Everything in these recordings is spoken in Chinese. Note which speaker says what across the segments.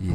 Speaker 1: 以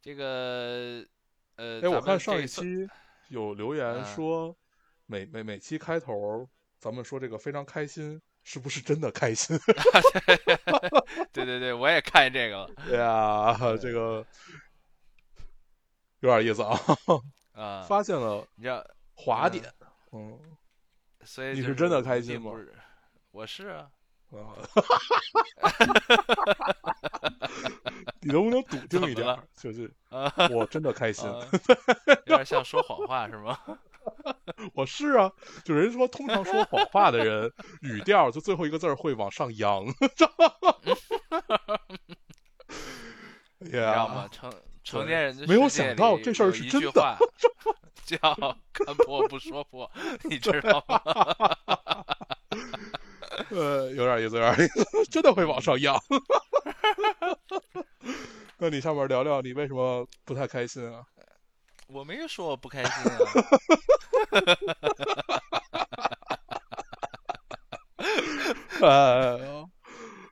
Speaker 2: 这个呃，
Speaker 3: 哎，我
Speaker 2: 咱
Speaker 3: 看
Speaker 2: 们
Speaker 3: 上
Speaker 2: 这
Speaker 3: 一
Speaker 2: 算
Speaker 3: 期有留言
Speaker 2: 嗯
Speaker 3: 说，每每每期开头咱们说这个非常开心，是不是真的开心？
Speaker 2: 对对对，我也看见这个了
Speaker 3: 哎呀，这个有点意思啊，
Speaker 2: 啊、
Speaker 3: 发现了
Speaker 2: 你知道，
Speaker 3: 滑点。嗯
Speaker 2: 所以
Speaker 3: 你
Speaker 2: 就是
Speaker 3: 真的
Speaker 2: 我
Speaker 3: 开
Speaker 2: 并
Speaker 3: 心
Speaker 2: 不
Speaker 3: 吗
Speaker 2: 是？我是啊，
Speaker 3: 啊， 你能不能笃定一
Speaker 2: 怎么
Speaker 3: 点
Speaker 2: 了
Speaker 3: 儿？就是
Speaker 2: 啊，
Speaker 3: 我真的开心，
Speaker 2: 啊有点像说谎话是吗？
Speaker 3: 我是啊，就人说通常说谎话的 人，语调就最后一个字儿会往上扬， 你知
Speaker 2: 你知道吗？？成成
Speaker 3: 对
Speaker 2: 年人的
Speaker 3: 啊没有
Speaker 2: 世界
Speaker 3: 想到
Speaker 2: 里
Speaker 3: 这事儿
Speaker 2: 有
Speaker 3: 是
Speaker 2: 一
Speaker 3: 真
Speaker 2: 句
Speaker 3: 的
Speaker 2: 话叫“看破不说破”，你知道吗？
Speaker 3: 呃，有点意思，有点意思， 真的会往上 扬。那你下面聊聊你为什么不太开心啊？
Speaker 2: 我没说我不开心啊，
Speaker 3: 呃，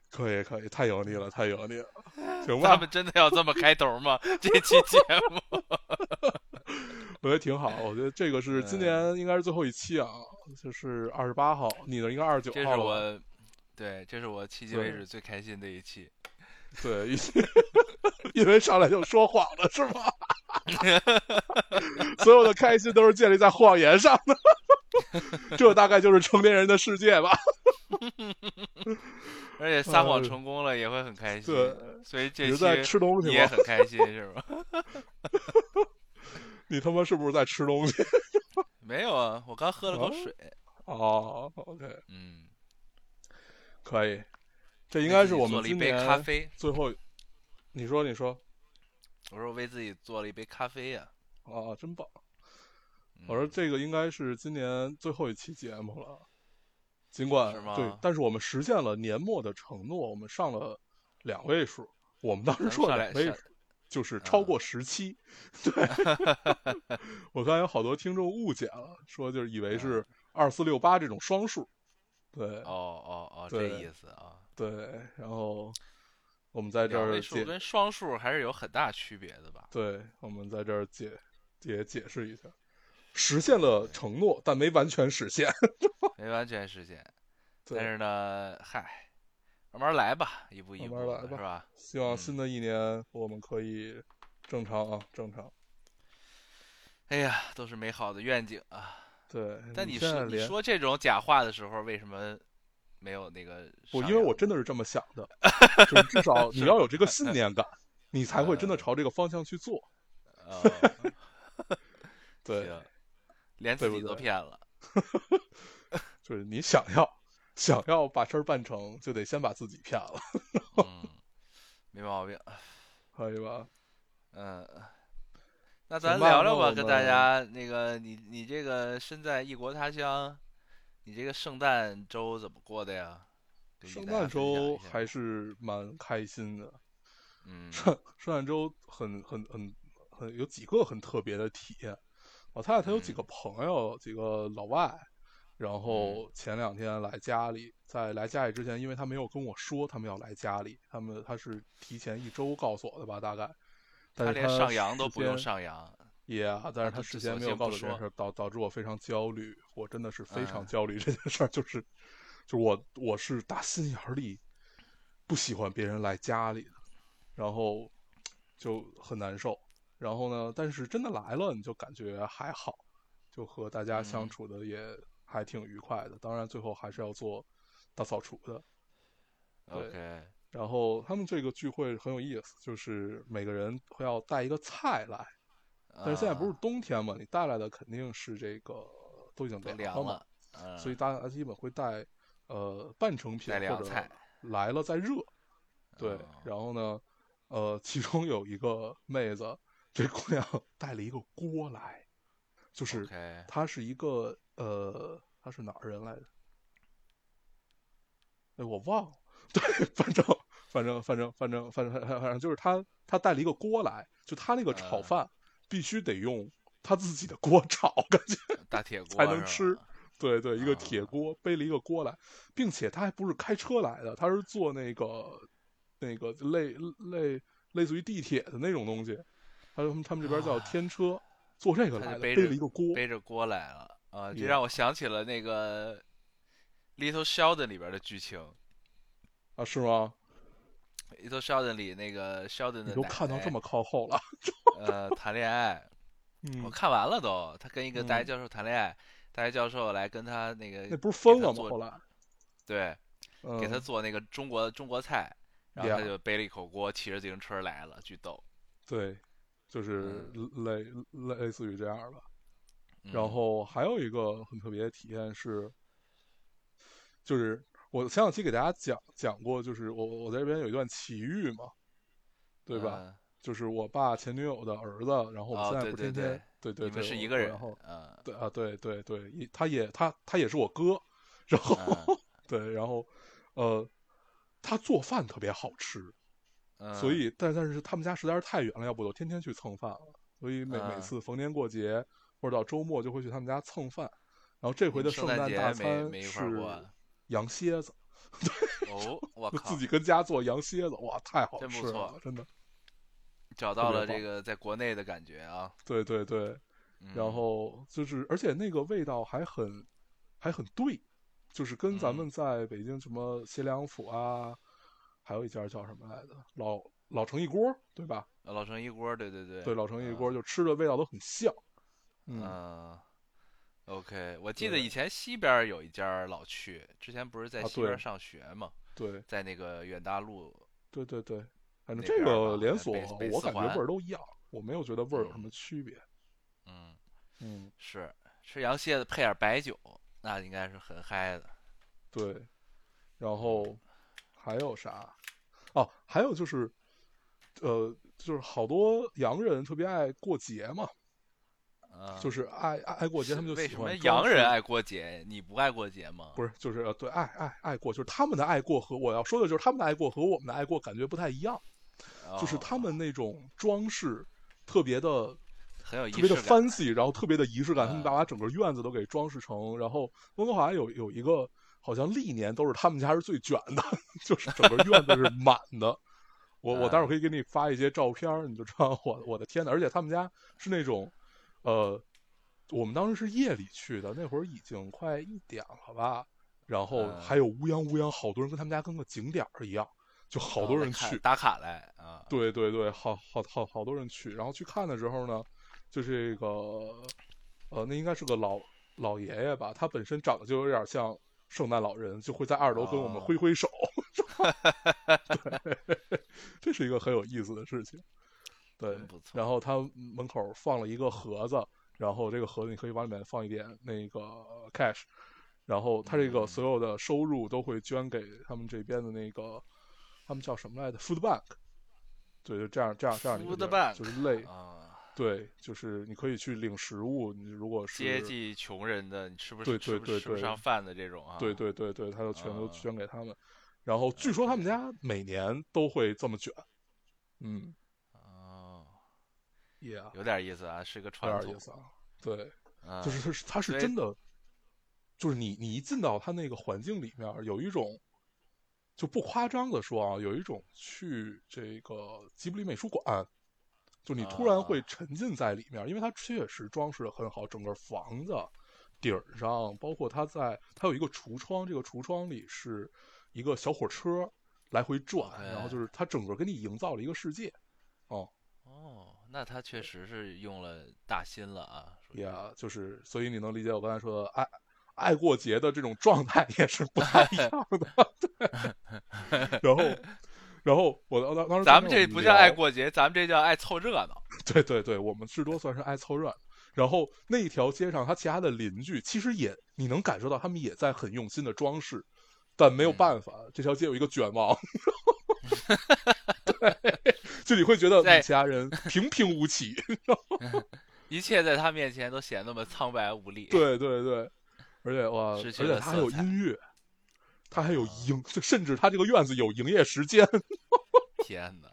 Speaker 3: 可以可以，太油腻了，太油腻了，行
Speaker 2: 咱
Speaker 3: 吧
Speaker 2: 们，真的要这么开头吗？这期节 目？
Speaker 3: 我觉得挺好。我觉得这个是
Speaker 2: 嗯
Speaker 3: 今年应该是最后一期啊，就是二十八号，你的应该二十九
Speaker 2: 这
Speaker 3: 号
Speaker 2: 是
Speaker 3: 了吧。
Speaker 2: 我，对，这是我迄今为
Speaker 3: 对
Speaker 2: 止最开心的一期。
Speaker 3: 对，因 因为上来就说谎了，是吗？ 所有的开心都是建立在谎言上的， 这大概就是成年人的世界吧。
Speaker 2: 而且撒谎
Speaker 3: 呃
Speaker 2: 成功了也会很开心，
Speaker 3: 对，
Speaker 2: 所以这
Speaker 3: 你是在
Speaker 2: 期
Speaker 3: 吃东
Speaker 2: 你
Speaker 3: 西
Speaker 2: 也
Speaker 3: 吗？
Speaker 2: 很开心是吗？
Speaker 3: 你他妈是不是在吃东西？
Speaker 2: 没有啊，我刚喝了口
Speaker 3: 哦
Speaker 2: 水。
Speaker 3: 哦，OK，
Speaker 2: 嗯，
Speaker 3: 可以，这应
Speaker 2: 为
Speaker 3: 该
Speaker 2: 自
Speaker 3: 是
Speaker 2: 己
Speaker 3: 我
Speaker 2: 做
Speaker 3: 们
Speaker 2: 了一
Speaker 3: 今
Speaker 2: 杯咖
Speaker 3: 年
Speaker 2: 啡。
Speaker 3: 最后。你说，你说，
Speaker 2: 我说我为自己做了一杯咖啡呀、
Speaker 3: 啊，真棒！
Speaker 2: 嗯
Speaker 3: 我说这个应该是今年最后一期节目了，尽管
Speaker 2: 是吗
Speaker 3: 对，但是我们实现了年末的承诺，我们上了两位数。我们当时
Speaker 2: 咱们
Speaker 3: 说
Speaker 2: 嗯上
Speaker 3: 的
Speaker 2: 来
Speaker 3: 两位
Speaker 2: 上嗯
Speaker 3: 数就是超过十七。对， 我看有好多听众误解了，说就是以为是二四六八这种双数。对
Speaker 2: 嗯哦哦哦，这
Speaker 3: 对
Speaker 2: 意思啊。
Speaker 3: 对，然后我们在这
Speaker 2: 两
Speaker 3: 儿
Speaker 2: 位数
Speaker 3: 解，
Speaker 2: 跟双数还是有很大区别的吧？
Speaker 3: 对，我们在这儿解也解释一下，实现了承诺，但没完全实现。
Speaker 2: 没完全实现，
Speaker 3: 对
Speaker 2: 但是呢，嗨，慢慢来吧，一步一
Speaker 3: 慢
Speaker 2: 步
Speaker 3: 慢
Speaker 2: 的
Speaker 3: 来吧
Speaker 2: 是吧？
Speaker 3: 希望新
Speaker 2: 嗯
Speaker 3: 的一年我们可以正常啊，正常。
Speaker 2: 哎呀，都是美好的愿景啊！
Speaker 3: 对，
Speaker 2: 但你
Speaker 3: 嗯现在
Speaker 2: 说你
Speaker 3: 连
Speaker 2: 说这种假话的时候，为什么没有那个商
Speaker 3: 我，
Speaker 2: 量？
Speaker 3: 因为我真的是这么想 的，就是至少你要有这个信念感，你才会
Speaker 2: 嗯
Speaker 3: 真的朝这个方向去做。
Speaker 2: 哦
Speaker 3: 对，
Speaker 2: 行连
Speaker 3: 对不
Speaker 2: 自己都
Speaker 3: 对
Speaker 2: 骗 了，
Speaker 3: 就是你想要想要把事儿办成，就得先把自己骗了，
Speaker 2: 嗯，没毛病，
Speaker 3: 可以吧？
Speaker 2: 嗯。那咱
Speaker 3: 行吧
Speaker 2: 聊聊
Speaker 3: 那
Speaker 2: 吧，
Speaker 3: 我
Speaker 2: 跟大
Speaker 3: 们
Speaker 2: 家那个你你这个身在异国他乡，你这个圣诞周怎么过的呀？跟
Speaker 3: 圣
Speaker 2: 大家
Speaker 3: 诞
Speaker 2: 分享一
Speaker 3: 周
Speaker 2: 下
Speaker 3: 还是蛮开心的，
Speaker 2: 嗯，
Speaker 3: 圣圣诞周很很很很有几个很特别的体验。我太太她有
Speaker 2: 嗯
Speaker 3: 几个朋友，几个老外，然后前两天来家里，在来家里之前，因为她没有跟我说他们要来家里，他们她是提前一周告诉我的吧，大概。但
Speaker 2: 他
Speaker 3: 是
Speaker 2: 连上
Speaker 3: 事
Speaker 2: 扬都不用
Speaker 3: 先
Speaker 2: 上扬，
Speaker 3: 也啊，但是
Speaker 2: 他
Speaker 3: 他
Speaker 2: 就
Speaker 3: 事
Speaker 2: 索
Speaker 3: 先没有
Speaker 2: 性
Speaker 3: 告
Speaker 2: 不
Speaker 3: 诉我这件
Speaker 2: 说
Speaker 3: 事，导导致我非常焦虑，我真的是非常
Speaker 2: 嗯
Speaker 3: 焦虑这件事儿，就是，就我我是打心眼儿里不喜欢别人来家里的，然后就很难受，然后呢，但是真的来了，你就感觉还好，就和大家相
Speaker 2: 嗯
Speaker 3: 处的也还挺愉快的，当然最后还是要做大扫除的，对
Speaker 2: OK，嗯
Speaker 3: 然后他们这个聚会很有意思，就是每个人会要带一个菜来。但是现在不是
Speaker 2: 啊
Speaker 3: 冬天嘛，你带来的肯定是这个都已经
Speaker 2: 都
Speaker 3: 凉了
Speaker 2: 凉
Speaker 3: 嘛，
Speaker 2: 了，嗯
Speaker 3: 所以大家基本会带呃半成品
Speaker 2: 带
Speaker 3: 或
Speaker 2: 凉
Speaker 3: 者
Speaker 2: 菜
Speaker 3: 来了再热。对，
Speaker 2: 哦
Speaker 3: 然后呢，呃，其中有一个妹子，这姑娘带了一个锅来，就是
Speaker 2: ？OK，
Speaker 3: 她是一个呃，她是哪儿人来着？哎，我忘了。 对，反正反正反正反正反正反正反正就是她，她带了一个锅来，就她那个炒
Speaker 2: 嗯
Speaker 3: 饭必须得用她自己的锅炒，感觉。
Speaker 2: 大铁锅
Speaker 3: 才能
Speaker 2: 是吧
Speaker 3: 吃对对，一个铁
Speaker 2: 啊
Speaker 3: 锅背了一个锅来，并且他还不是开车来的，他是坐那个那个类类类似于地铁的那种东西，他们他们这边叫
Speaker 2: 啊
Speaker 3: 天车，坐这个
Speaker 2: 他
Speaker 3: 来的，
Speaker 2: 就背
Speaker 3: 背
Speaker 2: 着
Speaker 3: 了一个锅，
Speaker 2: 背着锅来了啊！这
Speaker 3: 也
Speaker 2: 让我想起了那个《Little Sheldon》里边的剧情，
Speaker 3: 啊是吗？
Speaker 2: 《Little Sheldon》里那个 Sheldon
Speaker 3: 你
Speaker 2: 的
Speaker 3: 都
Speaker 2: 奶
Speaker 3: 看到这
Speaker 2: 奶
Speaker 3: 么靠后 了，
Speaker 2: 呃谈恋爱，我
Speaker 3: 嗯，
Speaker 2: 看完了都，他跟一个大学
Speaker 3: 嗯
Speaker 2: 教授谈恋爱，大学教授来跟他那个
Speaker 3: 那不是疯了
Speaker 2: 他
Speaker 3: 吗？
Speaker 2: 做
Speaker 3: 后来，
Speaker 2: 对
Speaker 3: 嗯，
Speaker 2: 给他做那个中国中国菜，然后他
Speaker 3: Yeah
Speaker 2: 就背了一口锅，骑着自行车来了，巨逗。
Speaker 3: 对，就是类类类似于这样的。
Speaker 2: 嗯
Speaker 3: 然后还有一个很特别的体验是，就是我前两期给大家讲讲过，就是我我在这边有一段奇遇嘛，对吧？？
Speaker 2: 嗯
Speaker 3: 就是我爸前女友的儿子，然后我
Speaker 2: 哦
Speaker 3: 们现在
Speaker 2: 对
Speaker 3: 不天
Speaker 2: 对
Speaker 3: 天、对对对
Speaker 2: 你们是一
Speaker 3: 我
Speaker 2: 个人
Speaker 3: 然后，
Speaker 2: 嗯
Speaker 3: 对啊对对对，一他也他他也是我哥，然后、
Speaker 2: 嗯
Speaker 3: 对然后呃，他做饭特别好吃，
Speaker 2: 嗯，
Speaker 3: 所以，但但是他们家实在是太远了，要不我就天天去蹭饭了。所以每、每
Speaker 2: 嗯
Speaker 3: 次逢年过节或者到周末就会去他们家蹭饭。然后这
Speaker 2: 你
Speaker 3: 回
Speaker 2: 们
Speaker 3: 的
Speaker 2: 嗯
Speaker 3: 圣
Speaker 2: 圣诞
Speaker 3: 诞
Speaker 2: 节
Speaker 3: 大
Speaker 2: 没
Speaker 3: 餐
Speaker 2: 没一块儿过
Speaker 3: 是羊蝎子，
Speaker 2: 哦， 我
Speaker 3: 就
Speaker 2: 靠
Speaker 3: 自，己跟家做羊蝎子，哇，太好
Speaker 2: 真不
Speaker 3: 吃
Speaker 2: 错
Speaker 3: 了，真的。
Speaker 2: 找到
Speaker 3: 别
Speaker 2: 了这
Speaker 3: 棒
Speaker 2: 个在国内的感觉啊。
Speaker 3: 对对对，然
Speaker 2: 嗯
Speaker 3: 后就是，而且那个味道还很还很对，就是跟咱
Speaker 2: 嗯
Speaker 3: 们在北京什么协良府啊，还有一家叫什么来着，老老城一锅，对吧？
Speaker 2: 呃老城一锅，对对对，
Speaker 3: 对，老城一
Speaker 2: 嗯
Speaker 3: 锅就吃的味道都很像。嗯，
Speaker 2: 嗯，OK，我记得
Speaker 3: 对
Speaker 2: 以前西边儿有一家儿老去，之前不是在
Speaker 3: 啊
Speaker 2: 西边儿
Speaker 3: 对
Speaker 2: 上学嘛，
Speaker 3: 对。
Speaker 2: 在那个远大路，
Speaker 3: 对对对，反正
Speaker 2: 那
Speaker 3: 这
Speaker 2: 边儿
Speaker 3: 个
Speaker 2: 吧
Speaker 3: 连
Speaker 2: 呃
Speaker 3: 锁
Speaker 2: 北北
Speaker 3: 我
Speaker 2: 四
Speaker 3: 感觉
Speaker 2: 环
Speaker 3: 味儿都一样，我没有觉得味儿有什
Speaker 2: 嗯
Speaker 3: 么区别。
Speaker 2: 嗯，
Speaker 3: 嗯，
Speaker 2: 是吃羊蝎子配点儿白酒，那应该是很嗨的。
Speaker 3: 对。然后还有啥？哦，还有就是，呃，就是好多洋人特别爱过节嘛，
Speaker 2: 嗯，
Speaker 3: 就是爱爱爱过节，他们就
Speaker 2: 为
Speaker 3: 喜
Speaker 2: 什
Speaker 3: 欢
Speaker 2: 么
Speaker 3: 装
Speaker 2: 洋人
Speaker 3: 饰
Speaker 2: 爱过节，你不爱过节吗？
Speaker 3: 不是，就是呃对爱爱爱过，就是他们的爱过和我要说的就是他们的爱过和我们的爱过感觉不太一样，就是
Speaker 2: 哦
Speaker 3: 他们那种装饰特别的
Speaker 2: 很有仪
Speaker 3: 特别
Speaker 2: 式
Speaker 3: 的
Speaker 2: 感
Speaker 3: fancy，然后特别的仪式感，他们
Speaker 2: 嗯
Speaker 3: 把把整个院子都给装饰成。然后温哥华有有一个，好像历年都是他们家是最卷的， 就是整个院子是满的。我我待会儿
Speaker 2: 嗯
Speaker 3: 可以给你发一些照片儿，你就知道我我的天呐！而且他们家是那种，呃，我们当时是夜里去的，那会儿已经快一点了吧。然后
Speaker 2: 嗯
Speaker 3: 还有乌泱乌泱，好多人跟他们家跟个景点儿一样，就好
Speaker 2: 哦
Speaker 3: 多
Speaker 2: 来
Speaker 3: 人
Speaker 2: 看
Speaker 3: 去。
Speaker 2: 打卡来啊，
Speaker 3: 对对对，好好好好多人去，然后去看的时候呢，就这个，呃，那应该是个老老爷爷吧，他本身长得就有点像圣诞老人，就会在二楼跟我们
Speaker 2: 哦
Speaker 3: 挥挥手， 对， 这是一个很有意思的事情，对
Speaker 2: 真不，错
Speaker 3: 然后他门口放了一个盒子，然后这个盒子你可以往里面放一点那个呃 cash，然后他这个
Speaker 2: 嗯
Speaker 3: 所有的收入都会捐给他们这边的那个，他们叫什么来着？Food Bank，对，就这样这样这样的一个
Speaker 2: Food
Speaker 3: 地儿
Speaker 2: bank
Speaker 3: 就是类
Speaker 2: 啊，
Speaker 3: 对，就是你可以去领食物，你如果是
Speaker 2: 接济穷人的，你吃不
Speaker 3: 对
Speaker 2: 吃吃
Speaker 3: 对
Speaker 2: 不
Speaker 3: 对
Speaker 2: 吃不
Speaker 3: 对
Speaker 2: 上饭的这种啊，
Speaker 3: 对对对对，他就全都
Speaker 2: 啊
Speaker 3: 捐给他们。然后据说他们家每年都会这么卷，嗯
Speaker 2: 哦，
Speaker 3: ，yeah，
Speaker 2: 有点意思啊，是个
Speaker 3: 有
Speaker 2: 传
Speaker 3: 点
Speaker 2: 统
Speaker 3: 意，思啊，对，
Speaker 2: 嗯
Speaker 3: 就是它是它是
Speaker 2: 所以
Speaker 3: 真的，就是你你一进到它那个环境里面儿，有一种就不夸张的说啊，有一种去这个吉卜力美术馆，就你突然会
Speaker 2: 啊
Speaker 3: 沉浸在里面儿，因为它确实装饰的很好，整个房子顶儿上，包括它在它有一个橱窗，这个橱窗里是一个小火车来回转，然后
Speaker 2: OK
Speaker 3: 就是它整个给你营造了一个世界。哦，
Speaker 2: 哦，那他确实是用了大心了啊，属于
Speaker 3: 也就是，所以你能理解我刚才说的爱爱过节的这种状态 也是不太一样的。 对，然后，然后我当当当时
Speaker 2: 咱
Speaker 3: 跟
Speaker 2: 们
Speaker 3: 我
Speaker 2: 这不叫爱
Speaker 3: 聊，
Speaker 2: 过节，咱们这叫爱凑热闹。
Speaker 3: 对对对，我们至多算是爱凑热闹。然后那一条街上，他其他的邻居其实也，你能感受到他们也在很用心的装饰，但没有
Speaker 2: 嗯
Speaker 3: 办法，这条街有一个卷王， 就你会觉得
Speaker 2: 在
Speaker 3: 你家人平平无奇。
Speaker 2: 一切在他面前都显得那么苍白无力。，
Speaker 3: 对对对，而且哇，而
Speaker 2: 失去
Speaker 3: 且
Speaker 2: 了
Speaker 3: 他还
Speaker 2: 色
Speaker 3: 有
Speaker 2: 彩啊
Speaker 3: 音乐，他还有营，就甚至他这个院子有营业时间。
Speaker 2: 天哪，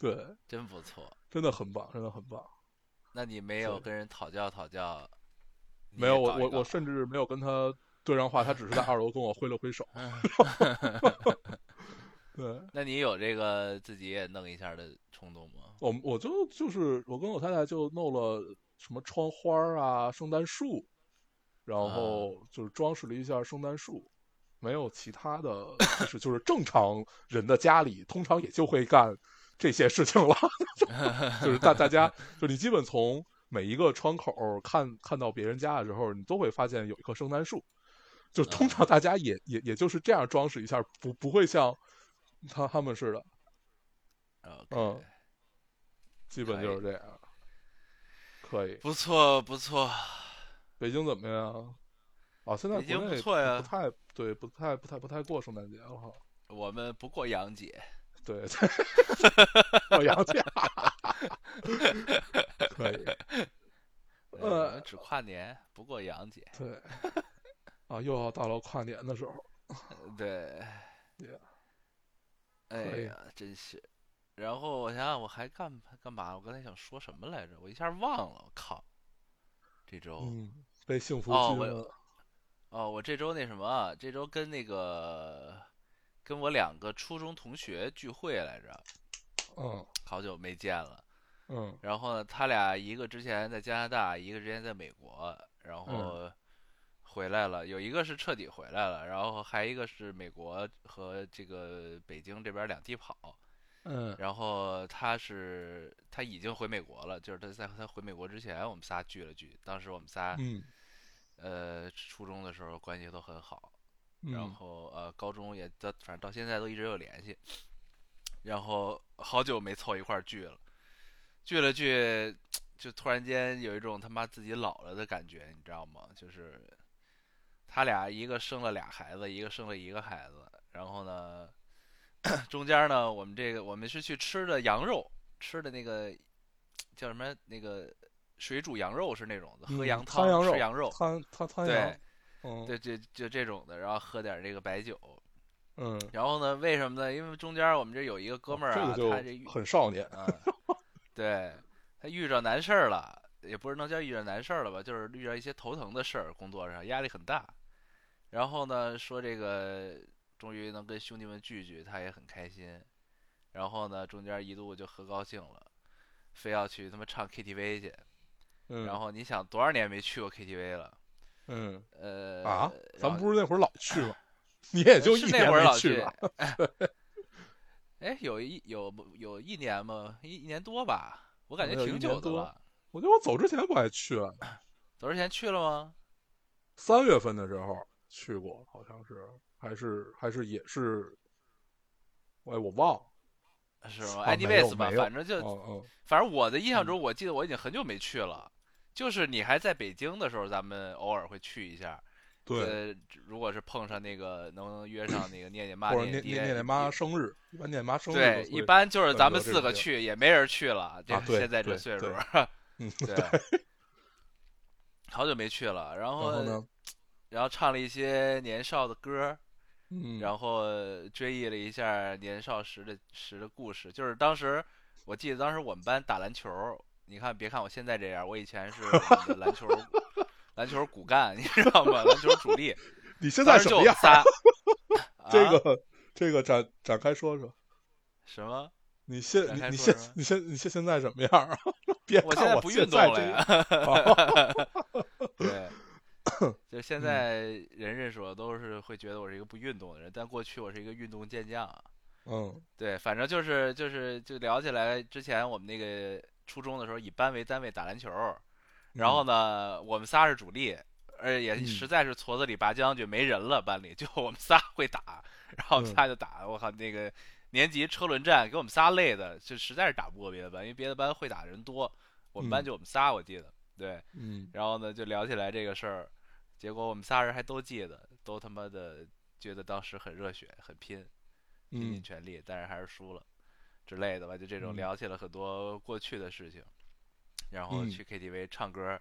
Speaker 3: 对，
Speaker 2: 真不错。
Speaker 3: 真的很棒，真的很棒。
Speaker 2: 那你没有
Speaker 3: 是
Speaker 2: 跟人讨教讨教？你
Speaker 3: 没
Speaker 2: 也
Speaker 3: 有，我
Speaker 2: 搞一
Speaker 3: 我
Speaker 2: 搞
Speaker 3: 我甚至没有跟他对上话，他只是在二楼跟我挥了挥 手。对，
Speaker 2: 那你有这个自己也弄一下的冲动吗？
Speaker 3: 我我就就是我跟我太太就弄了什么窗花儿啊、圣诞树，然后就是装饰了一下圣诞树，没有其他的，就是就是正常人的家里通常也就会干这些事情了， 就是大大家就你基本从每一个窗口儿看看到别人家的时候，你都会发现有一棵圣诞树，就通常大家也也也就是这样装饰一下，不不会像他他们似的，
Speaker 2: o k
Speaker 3: 嗯，基本就是这样。可以，
Speaker 2: 不错不错，
Speaker 3: 北京怎么样？啊，现在
Speaker 2: 北京
Speaker 3: 国内
Speaker 2: 不错呀
Speaker 3: 不太对，不太不太不太过圣诞节了哈。
Speaker 2: 我们不过洋节，
Speaker 3: 对， 过洋节，可以，
Speaker 2: 对
Speaker 3: 呃
Speaker 2: 我们只跨年，不过洋节。
Speaker 3: 对，啊，又要到了跨年的时候，
Speaker 2: 对
Speaker 3: Yeah，
Speaker 2: 哎
Speaker 3: 可以
Speaker 2: 呀，真是。然后我想想，我还干干嘛？我刚才想说什么来着？我一下忘了。我靠，这周、
Speaker 3: 嗯，被幸福
Speaker 2: 哦
Speaker 3: 熏
Speaker 2: 我
Speaker 3: 了，
Speaker 2: 哦，我这周那什么啊，这周跟那个跟我两个初中同学聚会来着，
Speaker 3: 嗯
Speaker 2: 好久没见了。
Speaker 3: 嗯
Speaker 2: 然后呢，他俩一个之前在加拿大，一个之前在美国，然
Speaker 3: 嗯
Speaker 2: 后回来了，有一个是彻底回来了，然后还一个是美国和这个北京这边两地跑。
Speaker 3: 嗯
Speaker 2: 然后他是他已经回美国了，就是他在他回美国之前，我们仨聚了聚。当时我们仨、
Speaker 3: 嗯
Speaker 2: 呃初中的时候关系都很好，然
Speaker 3: 嗯，
Speaker 2: 后呃高中也到反正到现在都一直有联系，然后好久没凑一块儿聚了，聚了聚，就突然间有一种他妈自己老了的感觉，你知道吗？就是他俩一个生了俩孩子，一个生了一个孩子，然后呢， 中间呢我们这个我们是去吃的羊肉，吃的那个叫什么那个水煮羊肉是那种的，喝
Speaker 3: 嗯
Speaker 2: 羊汤
Speaker 3: 汤羊
Speaker 2: 吃
Speaker 3: 肉，
Speaker 2: 羊肉，
Speaker 3: 汤汤汤
Speaker 2: 对
Speaker 3: 羊，。嗯
Speaker 2: 对，就就这种的，然后喝点这个白酒。
Speaker 3: 嗯，
Speaker 2: 然后呢，为什么呢？因为中间我们这有一个哥们儿
Speaker 3: 哦这
Speaker 2: 啊，
Speaker 3: 个就
Speaker 2: 他这遇
Speaker 3: 很少年，
Speaker 2: 啊，对他遇着难事儿了，也不是能叫遇着难事儿了吧，就是遇着一些头疼的事儿，工作上压力很大。然后呢，说这个终于能跟兄弟们聚聚，他也很开心。然后呢，中间一度就喝高兴了，非要去他妈唱 KTV 去。
Speaker 3: 嗯，
Speaker 2: 然后你想，多少年没去过 KTV 了？
Speaker 3: 嗯
Speaker 2: 呃
Speaker 3: 啊，咱
Speaker 2: 然后
Speaker 3: 们不是那会儿老去吗？ 你也就一
Speaker 2: 是那
Speaker 3: 年
Speaker 2: 会儿
Speaker 3: 没
Speaker 2: 老
Speaker 3: 去
Speaker 2: 去
Speaker 3: 吧？。
Speaker 2: 哎，有一有有一年吗？一一年多吧，我感觉
Speaker 3: 有一
Speaker 2: 挺
Speaker 3: 年
Speaker 2: 久的
Speaker 3: 多
Speaker 2: 了。
Speaker 3: 我觉得我走之前不还去了呢，
Speaker 2: 走之前去了吗？
Speaker 3: 三月份的时候去过，好像是还是还是也是，哎，我忘了。
Speaker 2: 是吗
Speaker 3: 啊没有
Speaker 2: ？anyways 吧
Speaker 3: 没，有
Speaker 2: 反正就
Speaker 3: 嗯
Speaker 2: 反正我的印象中，我记得我已经很久没去了。就是你还在北京的时候，咱们偶尔会去一下。
Speaker 3: 嗯，对，
Speaker 2: 呃，如果是碰上那个能约上那个念念妈、
Speaker 3: 或者
Speaker 2: 念
Speaker 3: 念
Speaker 2: 爹、
Speaker 3: 念念妈生日，一般念妈生日
Speaker 2: 对，
Speaker 3: 都会
Speaker 2: 一般就是咱
Speaker 3: 有
Speaker 2: 们
Speaker 3: 这
Speaker 2: 四
Speaker 3: 个
Speaker 2: 个
Speaker 3: 劲儿
Speaker 2: 去，也没人去了。这
Speaker 3: 啊对
Speaker 2: 现在
Speaker 3: 对
Speaker 2: 这岁数
Speaker 3: 对， 嗯
Speaker 2: 对， 好久没去了。然
Speaker 3: 然
Speaker 2: 后
Speaker 3: 后呢，
Speaker 2: 然后唱了一些年少的歌儿，
Speaker 3: 嗯，
Speaker 2: 然后追忆了一下年少时的时的故事。就是当时，我记得当时我们班打篮球儿，你看，别看我现在这样，我以前是我们的篮球儿篮球儿骨干，你知道吗？篮球儿主 力。
Speaker 3: 你现
Speaker 2: 当
Speaker 3: 在
Speaker 2: 时
Speaker 3: 什
Speaker 2: 就
Speaker 3: 么
Speaker 2: 我
Speaker 3: 样
Speaker 2: 们？仨。
Speaker 3: 这
Speaker 2: 啊
Speaker 3: 个这个展展开说说，
Speaker 2: 什么？
Speaker 3: 你现
Speaker 2: 展
Speaker 3: 你
Speaker 2: 开
Speaker 3: 你
Speaker 2: 说
Speaker 3: 现
Speaker 2: 说
Speaker 3: 你现你现现在什么样啊？ 别
Speaker 2: 我
Speaker 3: 看
Speaker 2: 在
Speaker 3: 我
Speaker 2: 不
Speaker 3: 现
Speaker 2: 运动
Speaker 3: 在
Speaker 2: 了
Speaker 3: 这样，
Speaker 2: 呀。
Speaker 3: 啊
Speaker 2: 对，就是
Speaker 3: 嗯
Speaker 2: 现在人认识我都是会觉得我是一个不运动的人，但过去我是一个运动健将。
Speaker 3: 嗯
Speaker 2: 对，反正就是就是就聊起来，之前我们那个初中的时候以班为单位打篮球儿，然后呢，我们仨是主力，而且也
Speaker 3: 嗯
Speaker 2: 实在是矬子里拔将军，没人了，班里就我们仨 会打，然后我们
Speaker 3: 嗯
Speaker 2: 仨就打，我靠那个年级车轮战给我们仨累的，就实在是打不过别的班，因为别的班会打的人多，我们班
Speaker 3: 嗯
Speaker 2: 就我们仨，我记得，对，
Speaker 3: 嗯
Speaker 2: 然后呢就聊起来这个事儿，结果我们仨人还都记得，都他妈的觉得当时很热血，很拼。拼尽
Speaker 3: 嗯
Speaker 2: 全力，但是还是输了。之类的吧，就这种
Speaker 3: 嗯
Speaker 2: 聊起了很多过去的事情，然后
Speaker 3: 嗯
Speaker 2: 去 KTV 唱歌，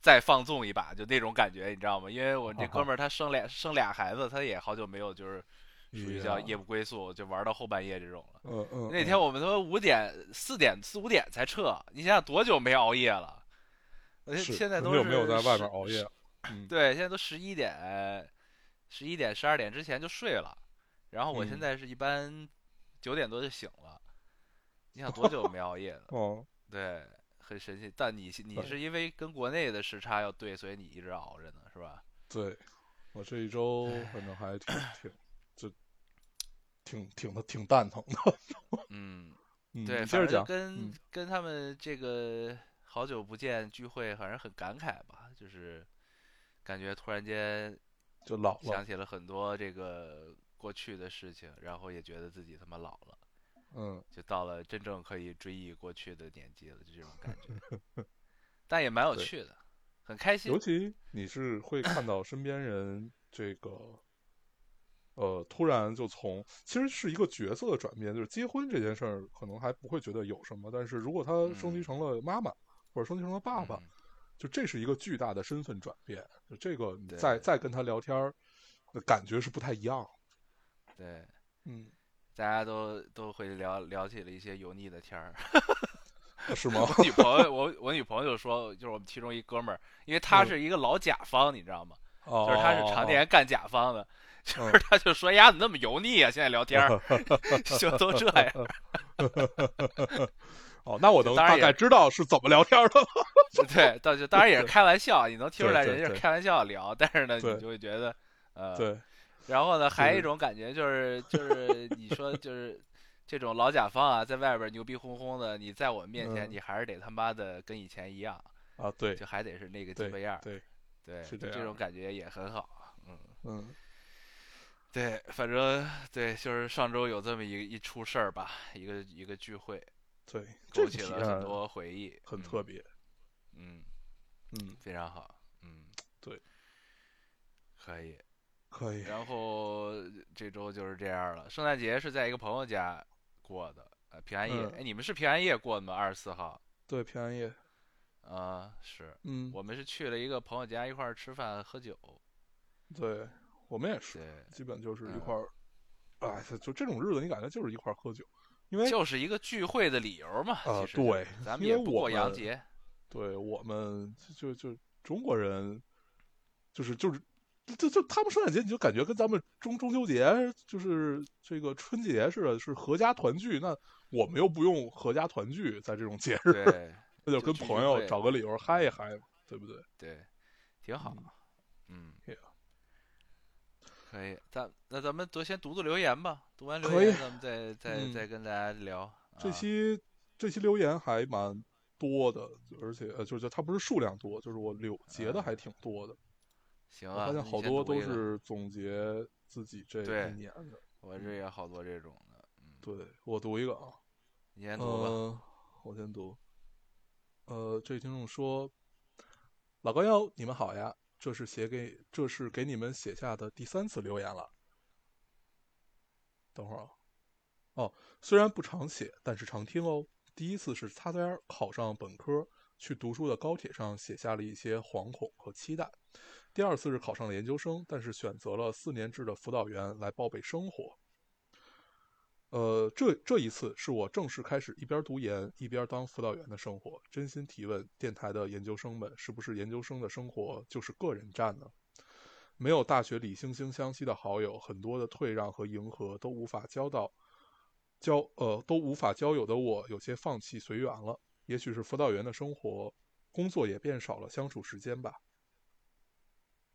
Speaker 2: 再放纵一把，就那种感觉，你知道吗？因为我这
Speaker 1: 哦
Speaker 2: 哥们儿他生俩生俩孩子，他也好久没有就是属于叫
Speaker 3: 呀
Speaker 2: 夜不归宿，就玩到后半夜这种了。
Speaker 3: 嗯嗯，
Speaker 2: 那天我们他妈五点、四点、四五点才撤，你想想多久没熬夜了？而
Speaker 3: 嗯
Speaker 2: 且
Speaker 3: 是
Speaker 2: 现在
Speaker 3: 很
Speaker 2: 都
Speaker 3: 久
Speaker 2: 是
Speaker 3: 没有在外面
Speaker 2: 10
Speaker 3: 熬夜，嗯，
Speaker 2: 对，现在都十一点、十一点、十二点之前就睡了，然后我现
Speaker 3: 嗯
Speaker 2: 在是一般九点多就醒了。你想多久没熬夜了？
Speaker 3: 哦，
Speaker 2: 对，很神奇。但你是你
Speaker 3: 对
Speaker 2: 是因为跟国内的时差要对，所以你一直熬着呢，是吧？
Speaker 3: 对，我这一周反正还挺挺就挺挺的挺蛋疼的，
Speaker 2: 嗯，
Speaker 3: 嗯，
Speaker 2: 对，
Speaker 3: 你接着
Speaker 2: 反正就
Speaker 3: 讲，
Speaker 2: 跟
Speaker 3: 嗯
Speaker 2: 跟他们这个好久不见聚会，反正很感慨吧，就是感觉突然间
Speaker 3: 就老
Speaker 2: 想
Speaker 3: 了，
Speaker 2: 起了很多这个过去的事情，然后也觉得自己他妈老了。
Speaker 3: 嗯，
Speaker 2: 就到了真正可以追忆过去的年纪了，就这种感觉， 但也蛮有
Speaker 3: 对
Speaker 2: 趣的，很开心
Speaker 3: 尤。其你是会看到身边人这个，呃，突然就从其实是一个角色的转变，就是结婚这件事儿可能还不会觉得有什么，但是如果他升级
Speaker 2: 嗯
Speaker 3: 成了妈妈、或者升级成了爸爸，
Speaker 2: 嗯
Speaker 3: 就这是一个巨大的身份转变，就这个你
Speaker 2: 对
Speaker 3: 再再跟他聊天儿，的感觉是不太一样，
Speaker 2: 对，
Speaker 3: 嗯，
Speaker 2: 大家都都会聊聊起了一些油腻的 天儿。
Speaker 3: 是 吗？
Speaker 2: 我女朋友，我我女朋友就说，就是我们其中一哥们儿，因为他
Speaker 3: 嗯
Speaker 2: 是一个老甲方，你知道吗？
Speaker 3: 哦，
Speaker 2: 就是他是常年干甲方的，就
Speaker 3: 嗯
Speaker 2: 是他就说哎呀，你那么油腻啊，现在聊 天儿就都这样。
Speaker 3: 哦，那我 能
Speaker 2: 当然
Speaker 3: 大
Speaker 2: 也
Speaker 3: 概知道是怎么聊天儿的了，
Speaker 2: 对，到就当然也是开玩笑，你能听出
Speaker 3: 对
Speaker 2: 来
Speaker 3: 对
Speaker 2: 人家是
Speaker 3: 对
Speaker 2: 开玩笑聊，但是呢，你
Speaker 3: 对
Speaker 2: 就会觉得呃，
Speaker 3: 对，
Speaker 2: 然后呢，还有
Speaker 3: 是
Speaker 2: 一种感觉就是就是你说就是这种老甲方啊，在外边牛逼哄哄的，你在我们面前，
Speaker 3: 嗯
Speaker 2: 你还是得他妈的跟以前一样，
Speaker 3: 啊，对，
Speaker 2: 就还得是那个鸡
Speaker 3: 对
Speaker 2: 巴样儿。
Speaker 3: 对，
Speaker 2: 对，
Speaker 3: 是
Speaker 2: 就
Speaker 3: 这
Speaker 2: 这
Speaker 3: 样
Speaker 2: 种感觉也很好。嗯，
Speaker 3: 嗯，
Speaker 2: 对，反正对，就是上周有这么一一出事儿吧，一个一个聚会，
Speaker 3: 对，这
Speaker 2: 勾
Speaker 3: 个
Speaker 2: 起
Speaker 3: 体
Speaker 2: 了很
Speaker 3: 验
Speaker 2: 多回忆，
Speaker 3: 很
Speaker 2: 嗯
Speaker 3: 特，别，
Speaker 2: 嗯，
Speaker 3: 嗯，
Speaker 2: 非常好，嗯，
Speaker 3: 对，
Speaker 2: 可以。
Speaker 3: 可以，
Speaker 2: 然后这周就是这样了。圣诞节是在一个朋友家过的，呃，平安夜。
Speaker 3: 嗯
Speaker 2: 哎、你们是平安夜过的吗？二十四号？
Speaker 3: 对，平安夜，
Speaker 2: 啊、是
Speaker 3: 嗯，
Speaker 2: 我们是去了一个朋友家一块儿吃饭喝酒。
Speaker 3: 对，我们也是，
Speaker 2: 对，
Speaker 3: 基本就是一
Speaker 2: 嗯
Speaker 3: 块儿，哎，就这种日子，你感觉就是一块儿喝酒，因为
Speaker 2: 就是一个聚会的理由嘛。
Speaker 3: 哎啊
Speaker 2: 其实就是
Speaker 3: 对
Speaker 2: 咱们
Speaker 3: 因
Speaker 2: 也
Speaker 3: 为
Speaker 2: 不
Speaker 3: 我
Speaker 2: 过洋
Speaker 3: 们
Speaker 2: 节。
Speaker 3: 对我们就就就中国人，就是就是。就就他们圣诞节，你就感觉跟咱们中中秋节就是这个春节似的，是合家团聚。那我们又不用合家团聚，在这种节日，
Speaker 2: 对
Speaker 3: 那就
Speaker 2: 就
Speaker 3: 跟
Speaker 2: 聚聚
Speaker 3: 朋友
Speaker 2: 会
Speaker 3: 找个理由嗨一嗨嘛，对不对？
Speaker 2: 对，挺好。嗯，
Speaker 3: Yeah
Speaker 2: 可以。咱那咱们都先读读留言吧，读完留
Speaker 3: 可
Speaker 2: 言
Speaker 3: 以
Speaker 2: 咱们再再
Speaker 3: 嗯
Speaker 2: 再跟大家聊。
Speaker 3: 这
Speaker 2: 啊
Speaker 3: 期这期留言还蛮多的，而且呃，就是它不是数量多，就是我留截的还挺多的。
Speaker 2: 啊行
Speaker 3: 我
Speaker 2: 啊，
Speaker 3: 发
Speaker 2: 那
Speaker 3: 现
Speaker 2: 你
Speaker 3: 好
Speaker 2: 先
Speaker 3: 多
Speaker 2: 读
Speaker 3: 都
Speaker 2: 一个
Speaker 3: 是总结自己这
Speaker 2: 对
Speaker 3: 一年的。
Speaker 2: 我这也好多这种的，嗯，
Speaker 3: 对我读一个啊，
Speaker 2: 你先
Speaker 3: 嗯、
Speaker 2: 读吧。
Speaker 3: 我先读。呃，这位听众说：“老高幺，你们好呀，这是写给这是给你们写下的第三次留言了。等会儿啊，哦，虽然不常写，但是常听哦。第一次是擦边儿考上本科，去读书的高铁上写下了一些惶恐和期待。第二次是考上了研究生，但是选择了四年制的辅导员来报备生活。呃，这这一次是我正式开始一边读研一边当辅导员的生活。真心提问电台的研究生们，是不是研究生的生活就是个人战呢？没有大学里惺惺相惜的好友，很多的退让和迎合都无法交到交呃都无法交友的我，有些放弃随缘了。也许是辅导员的生活，工作也变少了相处时间吧。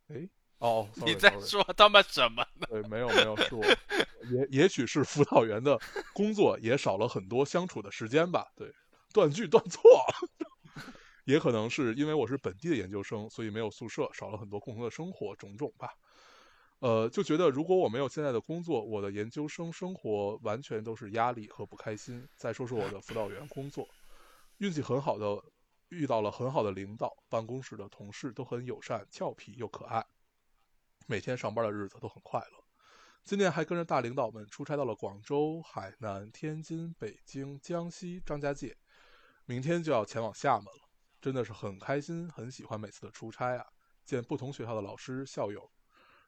Speaker 3: 哎，哦，
Speaker 2: 你
Speaker 3: sorry，
Speaker 2: 在
Speaker 3: sorry
Speaker 2: 说他妈什么呢？
Speaker 3: 对，没有没有，是我，也也许是辅导员的工作也少了很多相处的时间吧。对，断句断错， 也可能是因为我是本地的研究生，所以没有宿舍，少了很多共同的生活，种种吧。呃，就觉得如果我没有现在的工作，我的研究生生活完全都是压力和不开心。再说说我的辅导员工作，运气很好的遇到了很好的领导，办公室的同事都很友善、俏皮又可爱。每天上班的日子都很快乐。今年还跟着大领导们出差到了广州、海南、天津、北京、江西、张家界，明天就要前往厦门了，真的是很开心，很喜欢每次的出差啊，见不同学校的老师、校友，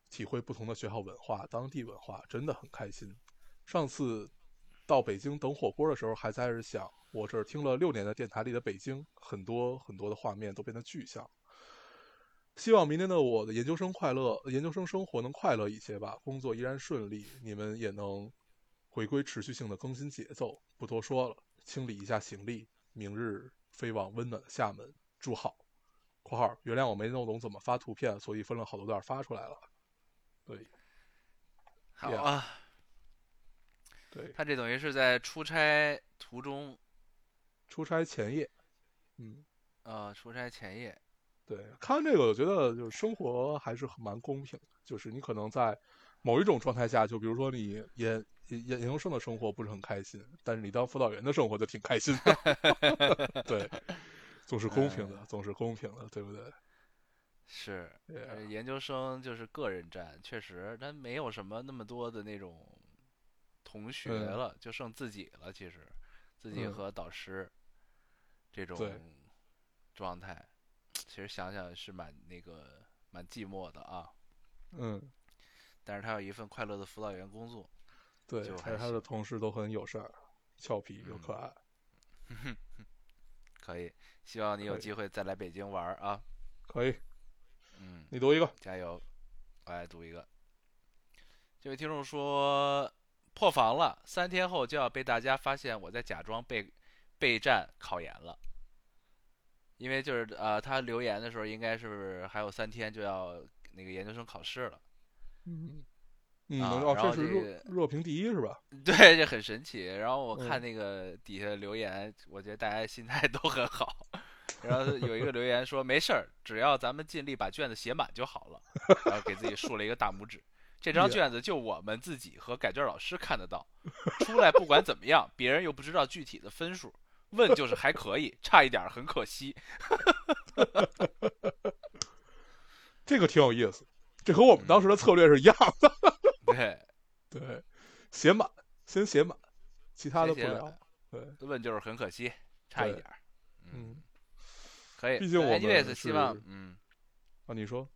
Speaker 3: 体会不同的学校文化、当地文化，真的很开心。上次到北京等火锅的时候，还在这想，我这儿听了六年的电台里的北京，很多很多的画面都变得具象。希望明天的我的研究生快乐，呃研究生生活能快乐一些吧，工作依然顺利，你们也能回归持续性的更新节奏。不多说了，清理一下行李，明日飞往温暖的厦门。祝好。（括号原谅我没弄懂怎么发图片，所以分了好多段发出来了。对
Speaker 2: 好
Speaker 3: Yeah
Speaker 2: 啊。
Speaker 3: 对，
Speaker 2: 他这等于是在出差途中，
Speaker 3: 出差前夜，嗯，
Speaker 2: 呃，出差前夜，
Speaker 3: 对，看这个，我觉得就是生活还是很蛮公平的。就是你可能在某一种状态下，就比如说你研研研究生的生活不是很开心，但是你当辅导员的生活就挺开心 的。对，总是公平的，
Speaker 2: 嗯
Speaker 3: 总是公平的，对不对？
Speaker 2: 是
Speaker 3: 对啊
Speaker 2: 呃研究生就是个人战，确实他没有什么那么多的那种同学
Speaker 3: 嗯
Speaker 2: 了，就剩自己了。其实自己
Speaker 3: 嗯
Speaker 2: 和导师这种状态，其实想想是蛮那个蛮寂寞的啊。
Speaker 3: 嗯，
Speaker 2: 但是他有一份快乐的辅导员工作，
Speaker 3: 对，
Speaker 2: 就
Speaker 3: 还有
Speaker 2: 还
Speaker 3: 他的
Speaker 2: 行
Speaker 3: 同事都很友善、俏皮又可
Speaker 2: 嗯
Speaker 3: 爱。
Speaker 2: 可以。希望你有
Speaker 3: 可以
Speaker 2: 机会再来北京玩儿啊。
Speaker 3: 可以，
Speaker 2: 嗯。
Speaker 3: 你读一个。
Speaker 2: 加油！我来读一个。这位听众说破防了，三天后就要被大家发现我在假装备备战考研了。因为就是呃，他留言的时候应该是还有三天就要那个研究生考试了。
Speaker 3: 嗯嗯，
Speaker 2: 啊
Speaker 3: 哦，
Speaker 2: 然
Speaker 3: 这
Speaker 2: 后
Speaker 3: 是
Speaker 2: 这
Speaker 3: 热热评第一是吧？
Speaker 2: 对，这很神奇。然后我看
Speaker 3: 嗯
Speaker 2: 那个底下留言，我觉得大家心态都很好。然后有一个留言说：“没事儿，只要咱们尽力把卷子写满就好了。”然后给自己竖了一个大拇指。这张
Speaker 3: Yeah
Speaker 2: 卷子就我们自己和改卷老师看得到，出来不管怎么样，别人又不知道具体的分数，问就是还可以，差一点儿很可惜。
Speaker 3: 这个挺有意思，这和我们当时
Speaker 2: 嗯
Speaker 3: 的策略是一样的。
Speaker 2: 对，
Speaker 3: 对，写满，先写满，其他的不
Speaker 2: 先写
Speaker 3: 聊。
Speaker 2: 满
Speaker 3: 对，
Speaker 2: 问就是很可惜，差一
Speaker 3: 对
Speaker 2: 点儿。嗯，
Speaker 3: 嗯，
Speaker 2: 可以。
Speaker 3: 毕竟我们
Speaker 2: anyways，希
Speaker 3: 是
Speaker 2: 望嗯。
Speaker 3: 啊，你说，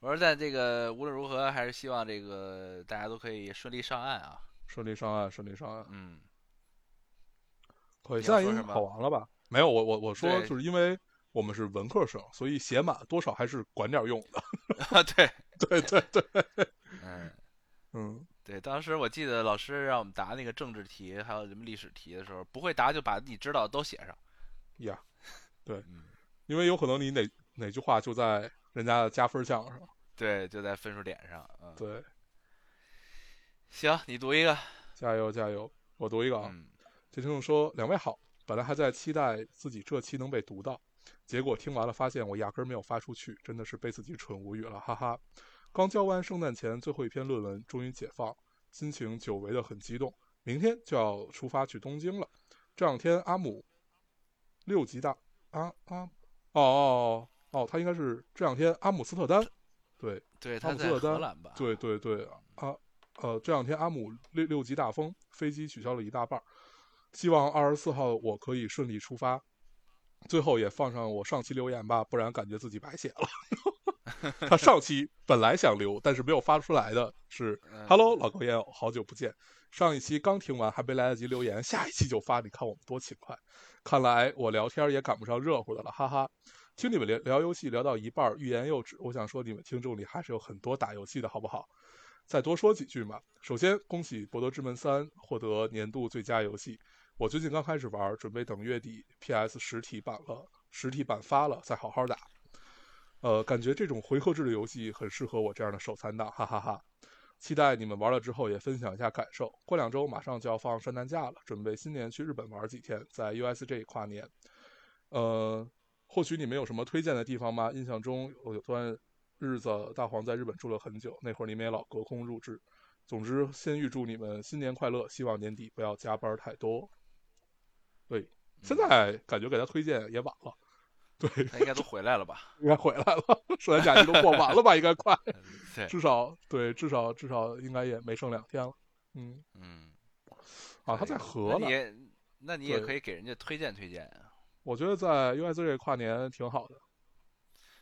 Speaker 2: 我说，在这个无论如何，还是希望这个大家都可以顺利上岸啊。
Speaker 3: 顺利上岸，顺利上岸，
Speaker 2: 嗯，
Speaker 3: 可以。
Speaker 2: 你
Speaker 3: 现
Speaker 2: 要
Speaker 3: 在
Speaker 2: 说
Speaker 3: 已
Speaker 2: 什
Speaker 3: 经
Speaker 2: 么
Speaker 3: 考完了吧？没有，我我我说
Speaker 2: 对
Speaker 3: 就是因为我们是文科生，所以写满多少还是管点用的。
Speaker 2: 啊对，
Speaker 3: 对对对，
Speaker 2: 嗯，
Speaker 3: 嗯，
Speaker 2: 对。当时我记得老师让我们答那个政治题，还有什么历史题的时候，不会答就把你知道的都写上。
Speaker 3: 呀，
Speaker 2: 嗯，
Speaker 3: 因为有可能你哪哪句话就在人家的加分项上。
Speaker 2: 对，就在分数点上。嗯，
Speaker 3: 对，
Speaker 2: 行，你读一个。
Speaker 3: 加油加油！我读一个啊，
Speaker 2: 嗯，
Speaker 3: 这听众说：“两位好，本来还在期待自己这期能被读到，结果听完了发现我压根儿没有发出去，真的是被自己蠢无语了，哈哈。刚交完圣诞前最后一篇论文，终于解放，心情久违的很激动。明天就要出发去东京了，这两天阿姆六级大啊啊哦哦哦哦，他应该是这两天阿姆斯特丹，对，
Speaker 2: 对，
Speaker 3: 阿
Speaker 2: 他
Speaker 3: 姆斯
Speaker 2: 在
Speaker 3: 特丹
Speaker 2: 荷兰吧？
Speaker 3: 对对对啊，呃，这两天阿姆六六级大风，飞机取消了一大半儿，希望二十四号我可以顺利出发。最后也放上我上期留言吧，不然感觉自己白写了。 他上期本来想留，但是没有发出来的是
Speaker 2: 嗯
Speaker 3: “Hello，老高烟友，好久不见”。上一期刚听完，还没来得及留言，下一期就发，你看我们多勤快。看来我聊天也赶不上热乎的了，哈哈。听你们聊聊游戏聊到一半儿，欲言又止，我想说你们听众里还是有很多打游戏的，好不好？再多说几句嘛。首先，恭喜《博德之门三》获得年度最佳游戏。我最近刚开始玩，准备等月底 PS 实体版了，实体版发了再好好打。呃，感觉这种回合制的游戏很适合我这样的手残党，哈哈哈期待你们玩了之后也分享一下感受。过两周马上就要放圣诞假了，准备新年去日本玩几天，在 USJ 跨年。呃，或许你们有什么推荐的地方吗？印象中有段日子，大黄在日本住了很久，那会儿你们也老隔空入职。总之，先预祝你们新年快乐，希望年底不要加班太多。对，现在感觉给他推荐也晚了， 对，
Speaker 2: 他应该都回来了 吧？
Speaker 3: 应该回来了，圣诞假期都过完了吧？应该快，
Speaker 2: 对，
Speaker 3: 至少对，至少至少应该也没剩两天了。嗯，
Speaker 2: 嗯，
Speaker 3: 啊，
Speaker 2: 可
Speaker 3: 他
Speaker 2: 以
Speaker 3: 在荷
Speaker 2: 哎那你
Speaker 3: 兰，
Speaker 2: 也那你也
Speaker 3: 对
Speaker 2: 可以给人家推荐推荐 啊。
Speaker 3: 我觉得在 USJ 跨年挺好的。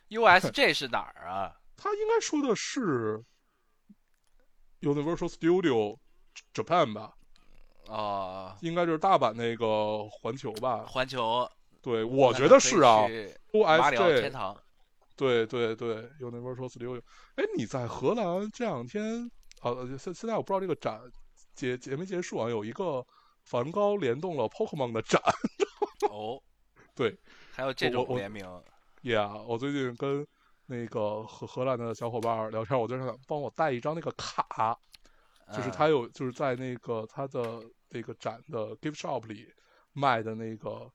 Speaker 2: USJ 是哪儿啊？
Speaker 3: 他应该说的是 Universal Studio Japan 吧？
Speaker 2: 哦，
Speaker 3: 应该就是大阪那个环球吧？
Speaker 2: 环球，
Speaker 3: 对，我觉得是啊
Speaker 2: 那可以去马里奥天
Speaker 3: ，USJ，
Speaker 2: 堂。
Speaker 3: 对对对，Universal Studio。哎，你在荷兰这两天啊？呃现现在我不知道这个展结结没结束啊？有一个梵高联动了 Pokemon 的展。
Speaker 2: 哦，
Speaker 3: 对，
Speaker 2: 还有这
Speaker 3: 我
Speaker 2: 种
Speaker 3: 我
Speaker 2: 联名，
Speaker 3: Yeah，我最近跟那个荷荷兰的小伙伴聊天，我就想帮我带一张那个卡，就是
Speaker 2: 嗯
Speaker 3: 他有就是在那个他的那个展的 gift shop 里卖的那个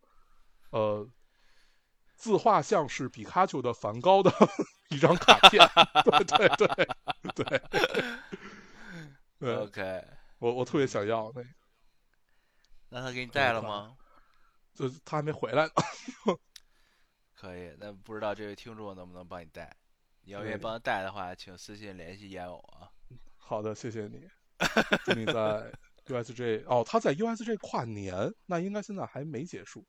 Speaker 3: 呃自画像是比卡丘的梵高的 一张卡片， 对对对对对，
Speaker 2: OK，
Speaker 3: 我我特别想要那个，
Speaker 2: 那他给你
Speaker 3: 可以
Speaker 2: 带了
Speaker 3: 看
Speaker 2: 吗？
Speaker 3: 就是他还没回来呢，
Speaker 2: 可以，那不知道这位听众能不能帮你带？你要愿意
Speaker 3: 对
Speaker 2: 帮他带的话，请私信联系烟偶啊。
Speaker 3: 好的，谢谢你。祝你 在 USJ 哦，他在 USJ 跨年，那应该现在还没结束。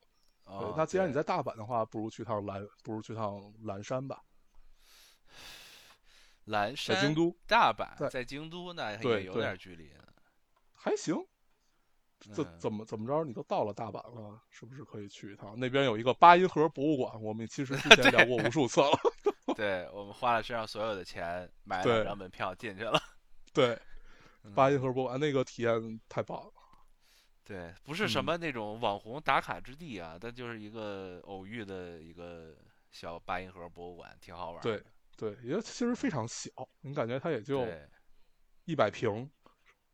Speaker 3: 对
Speaker 2: 哦，
Speaker 3: 那既然你
Speaker 2: 对
Speaker 3: 在大阪的话，不如去趟蓝，不如去趟蓝山吧，
Speaker 2: 蓝山、
Speaker 3: 在京都
Speaker 2: 大阪，
Speaker 3: 在
Speaker 2: 在京都那也
Speaker 3: 对
Speaker 2: 有
Speaker 3: 对
Speaker 2: 点距离呢。
Speaker 3: 还行。这
Speaker 2: 嗯
Speaker 3: 怎么怎么着，你都到了大阪了，是不是可以去一趟？那边有一个八音盒博物馆，我们其实 之前聊过无数次了。
Speaker 2: 对我们花了身上所有的钱买了
Speaker 3: 对
Speaker 2: 两张门票进 去了。
Speaker 3: 对，
Speaker 2: 嗯
Speaker 3: 八音盒博物馆那个体验太棒了。
Speaker 2: 对，不是
Speaker 3: 嗯
Speaker 2: 什么那种网红打卡之地啊，但就是一个偶遇的一个小八音盒博物馆，挺好玩儿
Speaker 3: 对
Speaker 2: 的。
Speaker 3: 对，也其实非常小，你感觉它也就
Speaker 2: 对，
Speaker 3: 一百平，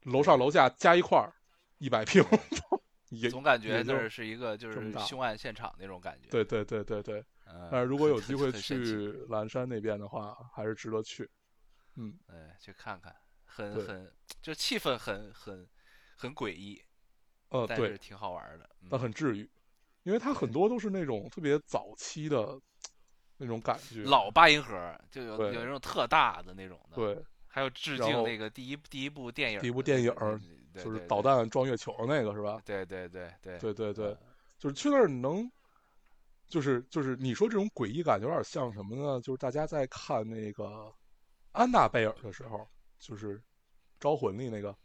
Speaker 3: 楼上楼下加一块儿，一百平， 也
Speaker 2: 总感觉
Speaker 3: 也
Speaker 2: 那
Speaker 3: 就
Speaker 2: 儿是一个就
Speaker 3: 这么
Speaker 2: 是
Speaker 3: 大
Speaker 2: 凶案现场那种感觉。
Speaker 3: 对对对对对。
Speaker 2: 嗯，
Speaker 3: 但是如果有
Speaker 2: 很
Speaker 3: 机会，
Speaker 2: 很神奇
Speaker 3: 去蓝山那边的话，还是值得去。嗯，
Speaker 2: 哎，去看看，很
Speaker 3: 对
Speaker 2: 很就气氛很很很诡异，
Speaker 3: 呃，
Speaker 2: 但
Speaker 3: 对
Speaker 2: 是，挺好玩儿的。嗯
Speaker 3: 但很治愈，因为它很多都是那种特别早期的那种感觉。
Speaker 2: 老八音盒儿就有
Speaker 3: 对
Speaker 2: 有那种特大的那种的，，
Speaker 3: 对，
Speaker 2: 还有致
Speaker 3: 然
Speaker 2: 敬
Speaker 3: 后
Speaker 2: 那个第一第一部电影儿的那，
Speaker 3: 第一部电影儿
Speaker 2: 对
Speaker 3: 就是
Speaker 2: 对
Speaker 3: 导
Speaker 2: 对
Speaker 3: 弹撞月球那个是吧？
Speaker 2: 对对对对
Speaker 3: 对对对
Speaker 2: 嗯，
Speaker 3: 就是去那儿你能，就是就是你说这种诡异感有点像什么呢？就是大家在看那个安娜贝尔的时候，就是《招魂》里那个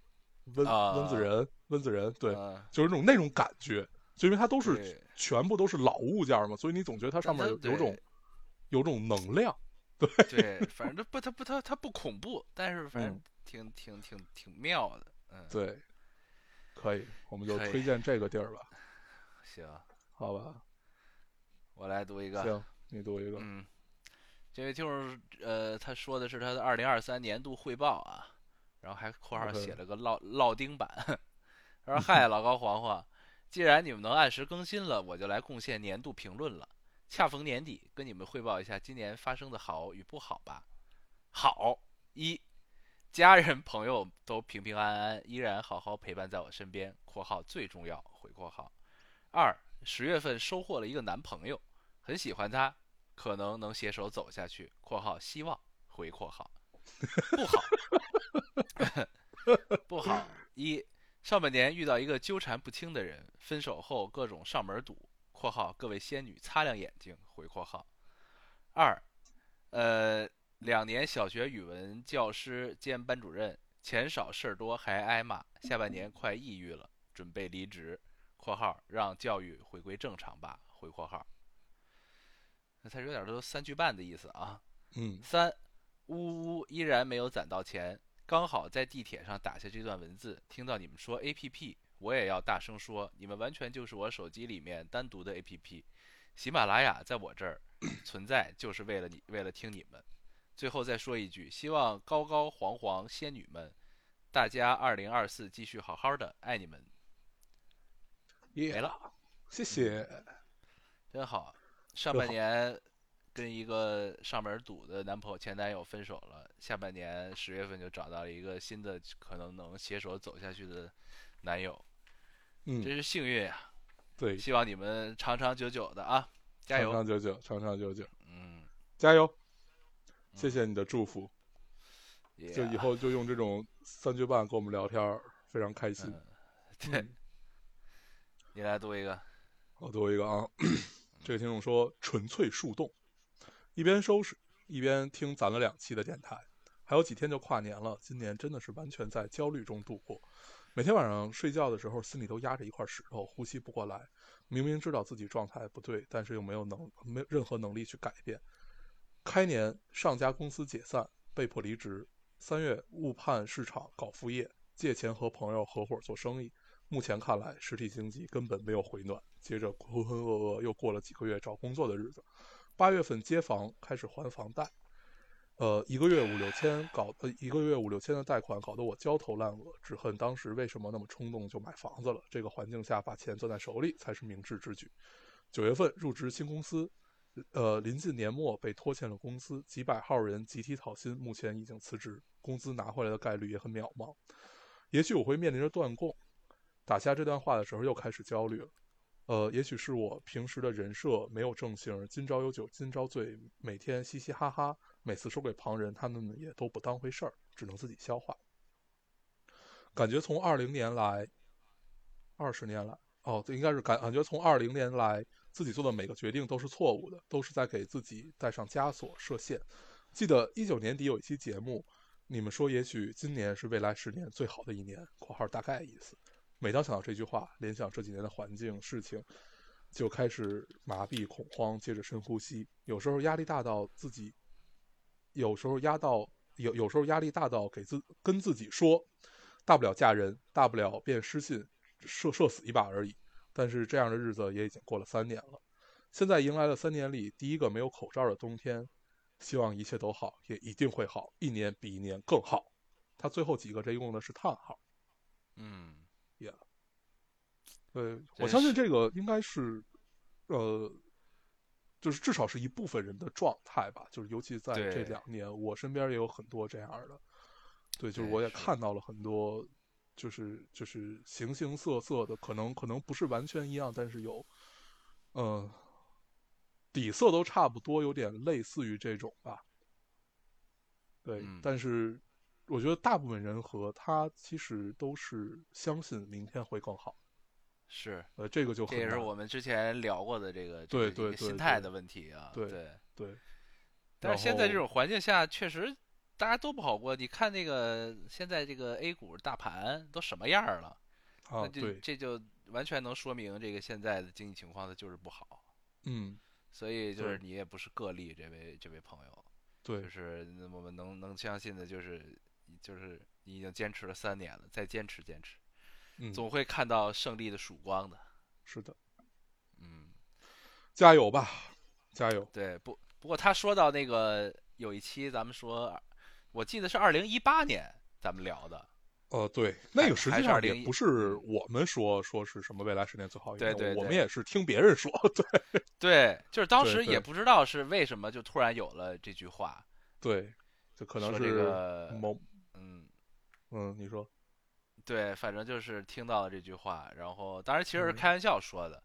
Speaker 3: 温
Speaker 2: 啊
Speaker 3: 温子仁，温子仁对，
Speaker 2: 嗯
Speaker 3: 就是那种那种感觉，就因为它都是
Speaker 2: 对
Speaker 3: 全部都是老物件嘛，所以你总觉得它上面
Speaker 2: 它
Speaker 3: 有
Speaker 2: 对
Speaker 3: 有种有种能量。
Speaker 2: 对，反正它不，它不，它它不恐怖，但是反正
Speaker 3: 嗯
Speaker 2: 挺挺挺挺妙的，嗯，，
Speaker 3: 对，可以，我们就
Speaker 2: 可以
Speaker 3: 推荐这个地儿吧，
Speaker 2: 嗯行，
Speaker 3: 好吧？
Speaker 2: 我来读一个，
Speaker 3: 行，你读一个。
Speaker 2: 嗯，这位听众，呃，他说的是他的二零二三年度汇报啊，然后还括号
Speaker 3: OK
Speaker 2: 写了个烙烙钉版。 他说：“嗨，老高、黄黄，既然你们能按时更新了，我就来贡献年度评论了。恰逢年底，跟你们汇报一下今年发生的好与不好吧。好，一，家人朋友都平平安安，依然好好陪伴在我身边（括号最重要）回括号。二，十月份收获了一个男朋友，很喜欢他，可能能携手走下去（括号希望）回括号。不好， 不好。一上半年遇到一个纠缠不清的人，分手后各种上门堵（括号各位仙女擦亮眼睛）回括号。二，呃，两年小学语文教师兼班主任，钱少事儿多还挨骂，下半年快抑郁了，准备离职（括号让教育回归正常吧）回括号。那他有点儿都三句半的意思啊。
Speaker 3: 嗯
Speaker 2: 三，呜呜，依然没有攒到钱，刚好在地铁上打下这段文字，听到你们说 A P P，我也要大声说，你们完全就是我手机里面单独的 A P P，喜马拉雅在我这儿存在就是为了你，为了听你们。最后再说一句，希望高高黄黄仙女们，大家二零二四继续好好的，爱你们，没
Speaker 3: 耶，
Speaker 2: 了。
Speaker 3: 谢谢。
Speaker 2: 真好，上
Speaker 3: 真
Speaker 2: 半
Speaker 3: 好
Speaker 2: 年跟一个上门堵的男朋友前男友分手了，下半年十月份就找到了一个新的可能能携手走下去的男友，
Speaker 3: 嗯
Speaker 2: 真，是幸运呀、
Speaker 3: 对，
Speaker 2: 希望你们长长久久的啊！加
Speaker 3: 长
Speaker 2: 油，
Speaker 3: 长久久，长长久久，
Speaker 2: 嗯，
Speaker 3: 加油！谢谢你的祝福，
Speaker 2: 也
Speaker 3: 就以后就用这种三句半跟我们聊天儿，非常开心。
Speaker 2: 嗯 对，你来读一个，
Speaker 3: 我读一个啊，这个听众说纯粹树洞，一边收拾一边听咱们两期的电台，还有几天就跨年了，今年真的是完全在焦虑中度过。每天晚上睡觉的时候，心里都压着一块石头，呼吸不过来。明明知道自己状态不对，但是又没有能没任何能力去改变。开年上家公司解散，被迫离职。三月误判市场搞副业，借钱和朋友合伙做生意。目前看来，实体经济根本没有回暖。接着浑浑噩噩又过了几个月找工作的日子。八月份接房，开始还房贷，呃，一个月五六千搞，呃，一个月五六千的贷款，搞得我焦头烂额，只恨当时为什么那么冲动就买房子了。这个环境下，把钱攥在手里才是明智之举。九月份入职新公司，呃，临近年末被拖欠了工资，几百号人集体讨薪，目前已经辞职，工资拿回来的概率也很渺茫。也许我会面临着断供。打下这段话的时候，又开始焦虑了。呃，也许是我平时的人设没有正形，今朝有酒今朝醉，每天嘻嘻哈哈，每次说给旁人，他们也都不当回事儿，只能自己消化。感觉从二零年来，二十年来，哦，这应该是感感觉从二零年来，自己做的每个决定都是错误的，都是在给自己带上枷锁设限。记得一九年底有一期节目，你们说也许今年是未来十年最好的一年（括号大概意思）。每当想到这句话，联想这几年的环境、事情，就开始麻痹、恐慌，接着深呼吸。有时候压力大到自己，有时候压到有有时候压力大到给自跟自己说，大不了嫁人，大不了变失信，射射死一把而已。但是这样的日子也已经过了三年了，现在迎来了三年里第一个没有口罩的冬天。希望一切都好，也一定会好，一年比一年更好。他最后几个这一共呢是叹号。
Speaker 2: 嗯，
Speaker 3: 对，
Speaker 2: 真
Speaker 3: 我相信
Speaker 2: 是
Speaker 3: 这个应该是，呃，就是至少是一部分人的状态吧。就是尤其在这
Speaker 2: 对
Speaker 3: 两年，我身边也有很多这样的。对，就是
Speaker 2: 对
Speaker 3: 我也
Speaker 2: 是
Speaker 3: 看到了很多，就是就是形形色色的，可能可能不是完全一样，但是有，呃，底色都差不多，有点类似于这种吧。对，
Speaker 2: 嗯
Speaker 3: 但是我觉得大部分人和他其实都是相信明天会更好。
Speaker 2: 是，
Speaker 3: 呃，这个就
Speaker 2: 这
Speaker 3: 很
Speaker 2: 也是
Speaker 3: 难
Speaker 2: 我们之前聊过的这个这
Speaker 3: 对
Speaker 2: 个
Speaker 3: 对
Speaker 2: 一个
Speaker 3: 对
Speaker 2: 心态
Speaker 3: 对
Speaker 2: 的问题啊，
Speaker 3: 对
Speaker 2: 对。
Speaker 3: 对
Speaker 2: 但是现在这
Speaker 3: 然后
Speaker 2: 种环境下，确实大家都不好过。你看那个现在这个 A 股大盘都什么样儿了，
Speaker 3: 啊，
Speaker 2: 那就
Speaker 3: 对，
Speaker 2: 这就完全能说明这个现在的经济情况它就是不好。
Speaker 3: 嗯，
Speaker 2: 所以就
Speaker 3: 对
Speaker 2: 是你也不是个例，这位这位朋友，
Speaker 3: 对
Speaker 2: 就，是我们能能相信的就是就是你已经坚持了三年了，再坚持坚持，
Speaker 3: 嗯，
Speaker 2: 总会看到胜利的曙光的。
Speaker 3: 是的，
Speaker 2: 嗯，
Speaker 3: 加油吧，加油，
Speaker 2: 对，不不过他说到那个有一期咱们说，我记得是二零一八年咱们聊的，
Speaker 3: 呃，对，那
Speaker 2: 还
Speaker 3: 个实
Speaker 2: 还
Speaker 3: 际
Speaker 2: 是
Speaker 3: 上也
Speaker 2: 2011
Speaker 3: 不是我们说说是什么未来十年最好一
Speaker 2: 对
Speaker 3: 年，
Speaker 2: 对
Speaker 3: 我们
Speaker 2: 对
Speaker 3: 也是听别人说， 对
Speaker 2: 对，就是当
Speaker 3: 对
Speaker 2: 时
Speaker 3: 对
Speaker 2: 也不知道是为什么就突然有了这句话，
Speaker 3: 对，就可能
Speaker 2: 说这
Speaker 3: 是
Speaker 2: 个
Speaker 3: 某，
Speaker 2: 嗯，
Speaker 3: 嗯，你说，
Speaker 2: 对，反正就是听到了这句话，然后当然其实是
Speaker 3: 嗯
Speaker 2: 开玩笑说的，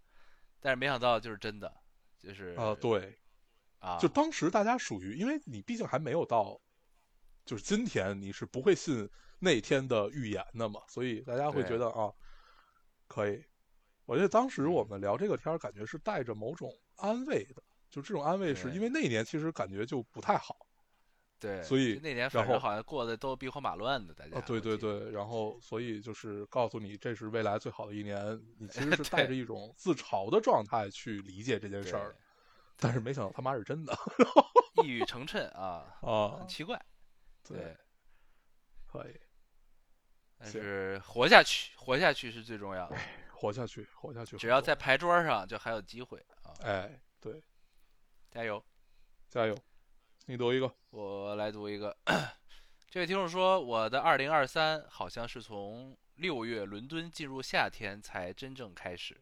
Speaker 2: 但是没想到就是真的，就是
Speaker 3: 啊，对，
Speaker 2: 啊，
Speaker 3: 就当时大家属于，因为你毕竟还没有到，就是今天你是不会信那天的预言的嘛，所以大家会
Speaker 2: 对
Speaker 3: 觉得啊，可以。我觉得当时
Speaker 2: 嗯
Speaker 3: 我们聊这个天儿，感觉是带着某种安慰的，就这种安慰是
Speaker 2: 对
Speaker 3: 因为那一年其实感觉就不太好
Speaker 2: 对，
Speaker 3: 所以
Speaker 2: 就那年
Speaker 3: 然
Speaker 2: 反正
Speaker 3: 后
Speaker 2: 好像过得都兵荒马乱的，大家
Speaker 3: 啊，对
Speaker 2: 我
Speaker 3: 对
Speaker 2: 记得，
Speaker 3: 对，然后所以就是告诉你这是未来最好的一年，你其实是带
Speaker 2: 对
Speaker 3: 着 一种自嘲的状态去理解这件
Speaker 2: 对
Speaker 3: 事儿，但是没想到他妈是真的
Speaker 2: 一语成谶啊，
Speaker 3: 啊
Speaker 2: 很，奇怪， 对，
Speaker 3: 可以
Speaker 2: 但
Speaker 3: 行
Speaker 2: 是活下去，活下去是最重要的，
Speaker 3: 活下去，活下去，
Speaker 2: 只要在牌桌上就还有机会啊，
Speaker 3: 哎，对，
Speaker 2: 加油！
Speaker 3: 加油！你读一个，
Speaker 2: 我来读一个， 这位听众说，我的二零二三好像是从六月伦敦进入夏天才真正开始。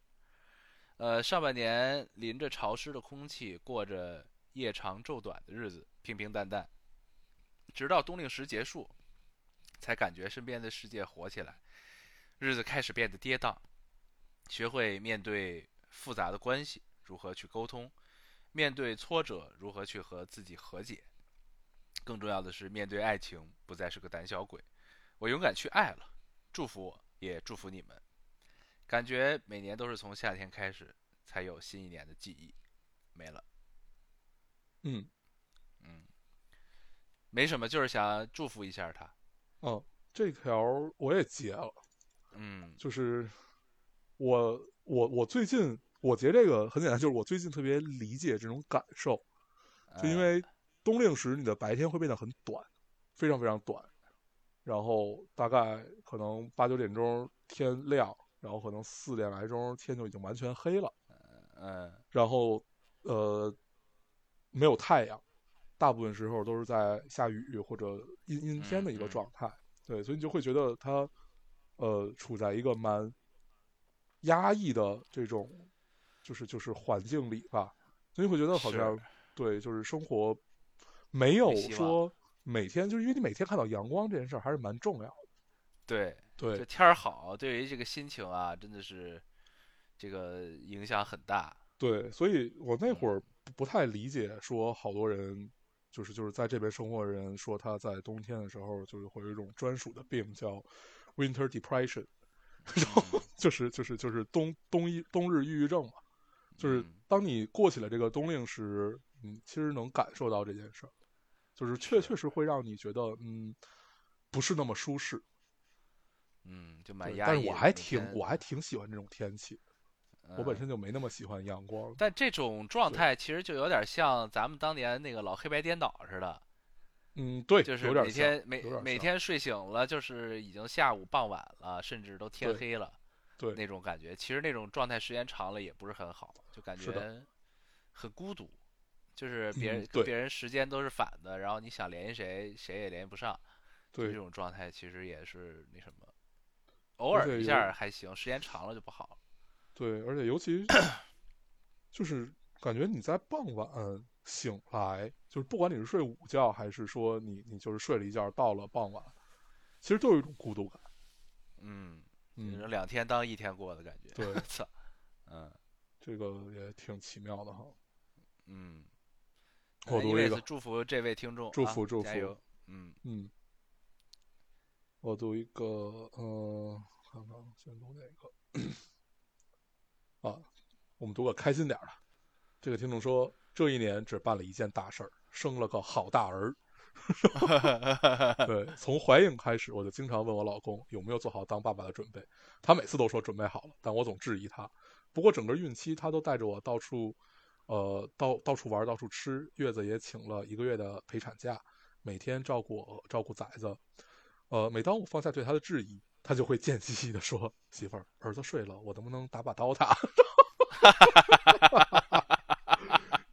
Speaker 2: 呃，上半年淋着潮湿的空气，过着夜长昼短的日子，平平淡淡，直到冬令时结束，才感觉身边的世界活起来，日子开始变得跌宕，学会面对复杂的关系，如何去沟通，面对挫折如何去和自己和解，更重要的是面对爱情不再是个胆小鬼。我勇敢去爱了，祝福我，也祝福你们。感觉每年都是从夏天开始，才有新一年的记忆，没了。
Speaker 3: 嗯，
Speaker 2: 嗯，没什么，就是想祝福一下他。
Speaker 3: 哦，这条我也截了，
Speaker 2: 嗯
Speaker 3: 就是我我我最近我截这个很简单，就是我最近特别理解这种感受，就因
Speaker 2: 呃
Speaker 3: 为冬令时你的白天会变得很短，非常非常短，然后大概可能八九点钟天亮，然后可能四点来钟天就已经完全黑了，
Speaker 2: 嗯
Speaker 3: 然后呃没有太阳，大部分时候都是在下雨或者阴阴天的一
Speaker 2: 嗯
Speaker 3: 个
Speaker 2: 嗯
Speaker 3: 状态，对，所以你就会觉得它呃处在一个蛮压抑的这种就是就是环境里吧，所以会觉得好
Speaker 2: 是
Speaker 3: 像对，就是生活没有
Speaker 2: 希望
Speaker 3: 说每天就是因为你每天看到阳光这件事儿还是蛮重要的，
Speaker 2: 对，这
Speaker 3: 对
Speaker 2: 天儿好，对于这个心情啊，真的是这个影响很大。
Speaker 3: 对，所以我
Speaker 2: 嗯
Speaker 3: 那会儿不不太理解，说好多人就是就是在这边生活的人说他在冬天的时候就是会有一种专属的病叫 winter depression，然后就是就是就是冬冬一冬日抑郁症嘛，就是
Speaker 2: 嗯
Speaker 3: 当你过起了这个冬令时，你其实能感受到这件事儿，就是确确实会让你觉得嗯不是那么舒适，
Speaker 2: 嗯，就蛮
Speaker 3: 对，
Speaker 2: 压
Speaker 3: 但
Speaker 2: 抑的。
Speaker 3: 是我还
Speaker 2: 每
Speaker 3: 挺
Speaker 2: 天
Speaker 3: 我还挺喜欢这种天气，我本
Speaker 2: 嗯
Speaker 3: 身就没那么喜欢阳光，
Speaker 2: 但这种状
Speaker 3: 对
Speaker 2: 态其实就有点像咱们当年那个老黑白颠倒似的，
Speaker 3: 嗯，对，
Speaker 2: 就是
Speaker 3: 有点
Speaker 2: 每
Speaker 3: 像
Speaker 2: 天每
Speaker 3: 有点
Speaker 2: 每
Speaker 3: 像
Speaker 2: 天睡醒了，就是已经下午傍晚了，甚至都天
Speaker 3: 对
Speaker 2: 黑了
Speaker 3: 对。
Speaker 2: 那种感觉。其实那种状态时间长了也不是很好，就感
Speaker 3: 是的
Speaker 2: 觉很孤独，就是别人、
Speaker 3: 嗯
Speaker 2: 跟
Speaker 3: 对
Speaker 2: 别人时间都是反的，然后你想联系谁，谁也联系不上。就这
Speaker 3: 对，
Speaker 2: 种状态其实也是那什么，偶尔
Speaker 3: 且
Speaker 2: 一
Speaker 3: 有
Speaker 2: 下儿还行，时间长了就不好了。
Speaker 3: 对，而且尤 其就是感觉你在傍晚醒来，就是不管你是睡午觉还是说你你就是睡了一觉，到了傍晚，其实都有一种孤独感。
Speaker 2: 嗯，就是
Speaker 3: 嗯，
Speaker 2: 两天当一天过的感觉。
Speaker 3: 对
Speaker 2: 操，嗯
Speaker 3: 这个也挺奇妙的哈。
Speaker 2: 嗯。
Speaker 3: 我读一
Speaker 2: anyways，
Speaker 3: 个
Speaker 2: 祝福这位听众啊，
Speaker 3: 祝福祝
Speaker 2: 加
Speaker 3: 福
Speaker 2: 油。嗯
Speaker 3: 嗯，我读一个，呃，看看先读哪个啊？我们读个开心点儿的。这个听众说，这一年只办了一件大事儿，生了个好大儿。对，从怀孕开始，我就经常问我老公有没有做好当爸爸的准备，他每次都说准备好了，但我总质疑他。不过整个孕期，他都带着我到处，呃，到到处玩，到处吃，月子也请了一个月的陪产假，每天照顾我照顾崽子。呃，每当我放下对他的质疑，他就会贱兮兮的说：“媳妇儿，儿子睡了，我能不能打把刀他？”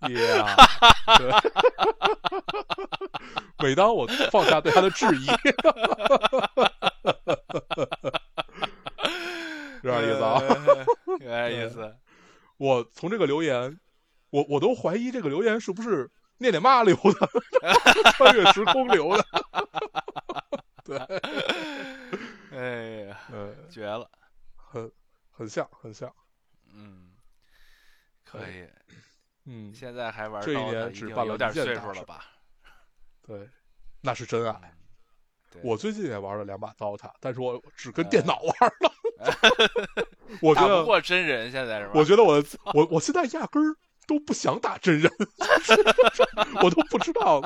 Speaker 3: 呀，对，每当我放下对他的质疑，是这样意思啊？
Speaker 2: 呃 有点意
Speaker 3: 对
Speaker 2: 思。
Speaker 3: 我从这个留言，我我都怀疑这个留言是不是念念妈留的， 穿越时空留 的。
Speaker 2: 哎呀，
Speaker 3: 呃，
Speaker 2: 绝了。
Speaker 3: 很很像，很像。
Speaker 2: 嗯，可
Speaker 3: 哎
Speaker 2: 以。
Speaker 3: 嗯，
Speaker 2: 现在还玩
Speaker 3: 这一
Speaker 2: 刀
Speaker 3: 年
Speaker 2: 呢，一
Speaker 3: 只
Speaker 2: 定
Speaker 3: 办
Speaker 2: 有
Speaker 3: 了
Speaker 2: 点
Speaker 3: 一件
Speaker 2: 岁
Speaker 3: 大
Speaker 2: 数
Speaker 3: 事
Speaker 2: 了
Speaker 3: 儿
Speaker 2: 吧？
Speaker 3: 对，那是真爱。
Speaker 2: 嗯对
Speaker 3: 我最近也玩了两把 DOTA，但是我只跟
Speaker 2: 呃
Speaker 3: 电脑玩 了。我觉
Speaker 2: 打
Speaker 3: 得
Speaker 2: 不，过真人，现在是吧？
Speaker 3: 我觉得我我我现在压根儿都不想打真人， 我都不知道。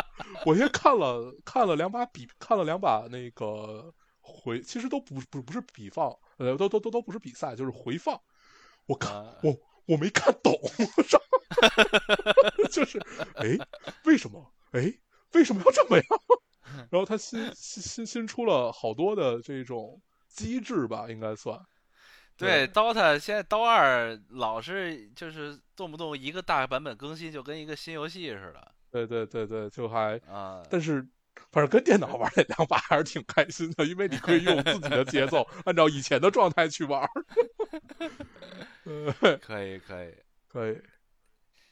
Speaker 3: 我先看了看了两把比，看了两把那个回，其实都不不不是比放，呃，都都都都不是比赛，就是回放。我看、
Speaker 2: 啊
Speaker 3: 我我没看懂， 就是哎，为什么哎为什么要这么样？ 然后他新新新新出了好多的这种机制吧，应该算。
Speaker 2: 对，DOTA 现在刀二老是就是动不动一个大版本更新就跟一个新游戏似的
Speaker 3: 对对对对，就还
Speaker 2: 啊。
Speaker 3: 但是反正跟电脑玩那两把还是挺开心的，因为你可以用自己的节奏，按照以前的状态去玩儿。呃，
Speaker 2: 可以可以，
Speaker 3: 可以。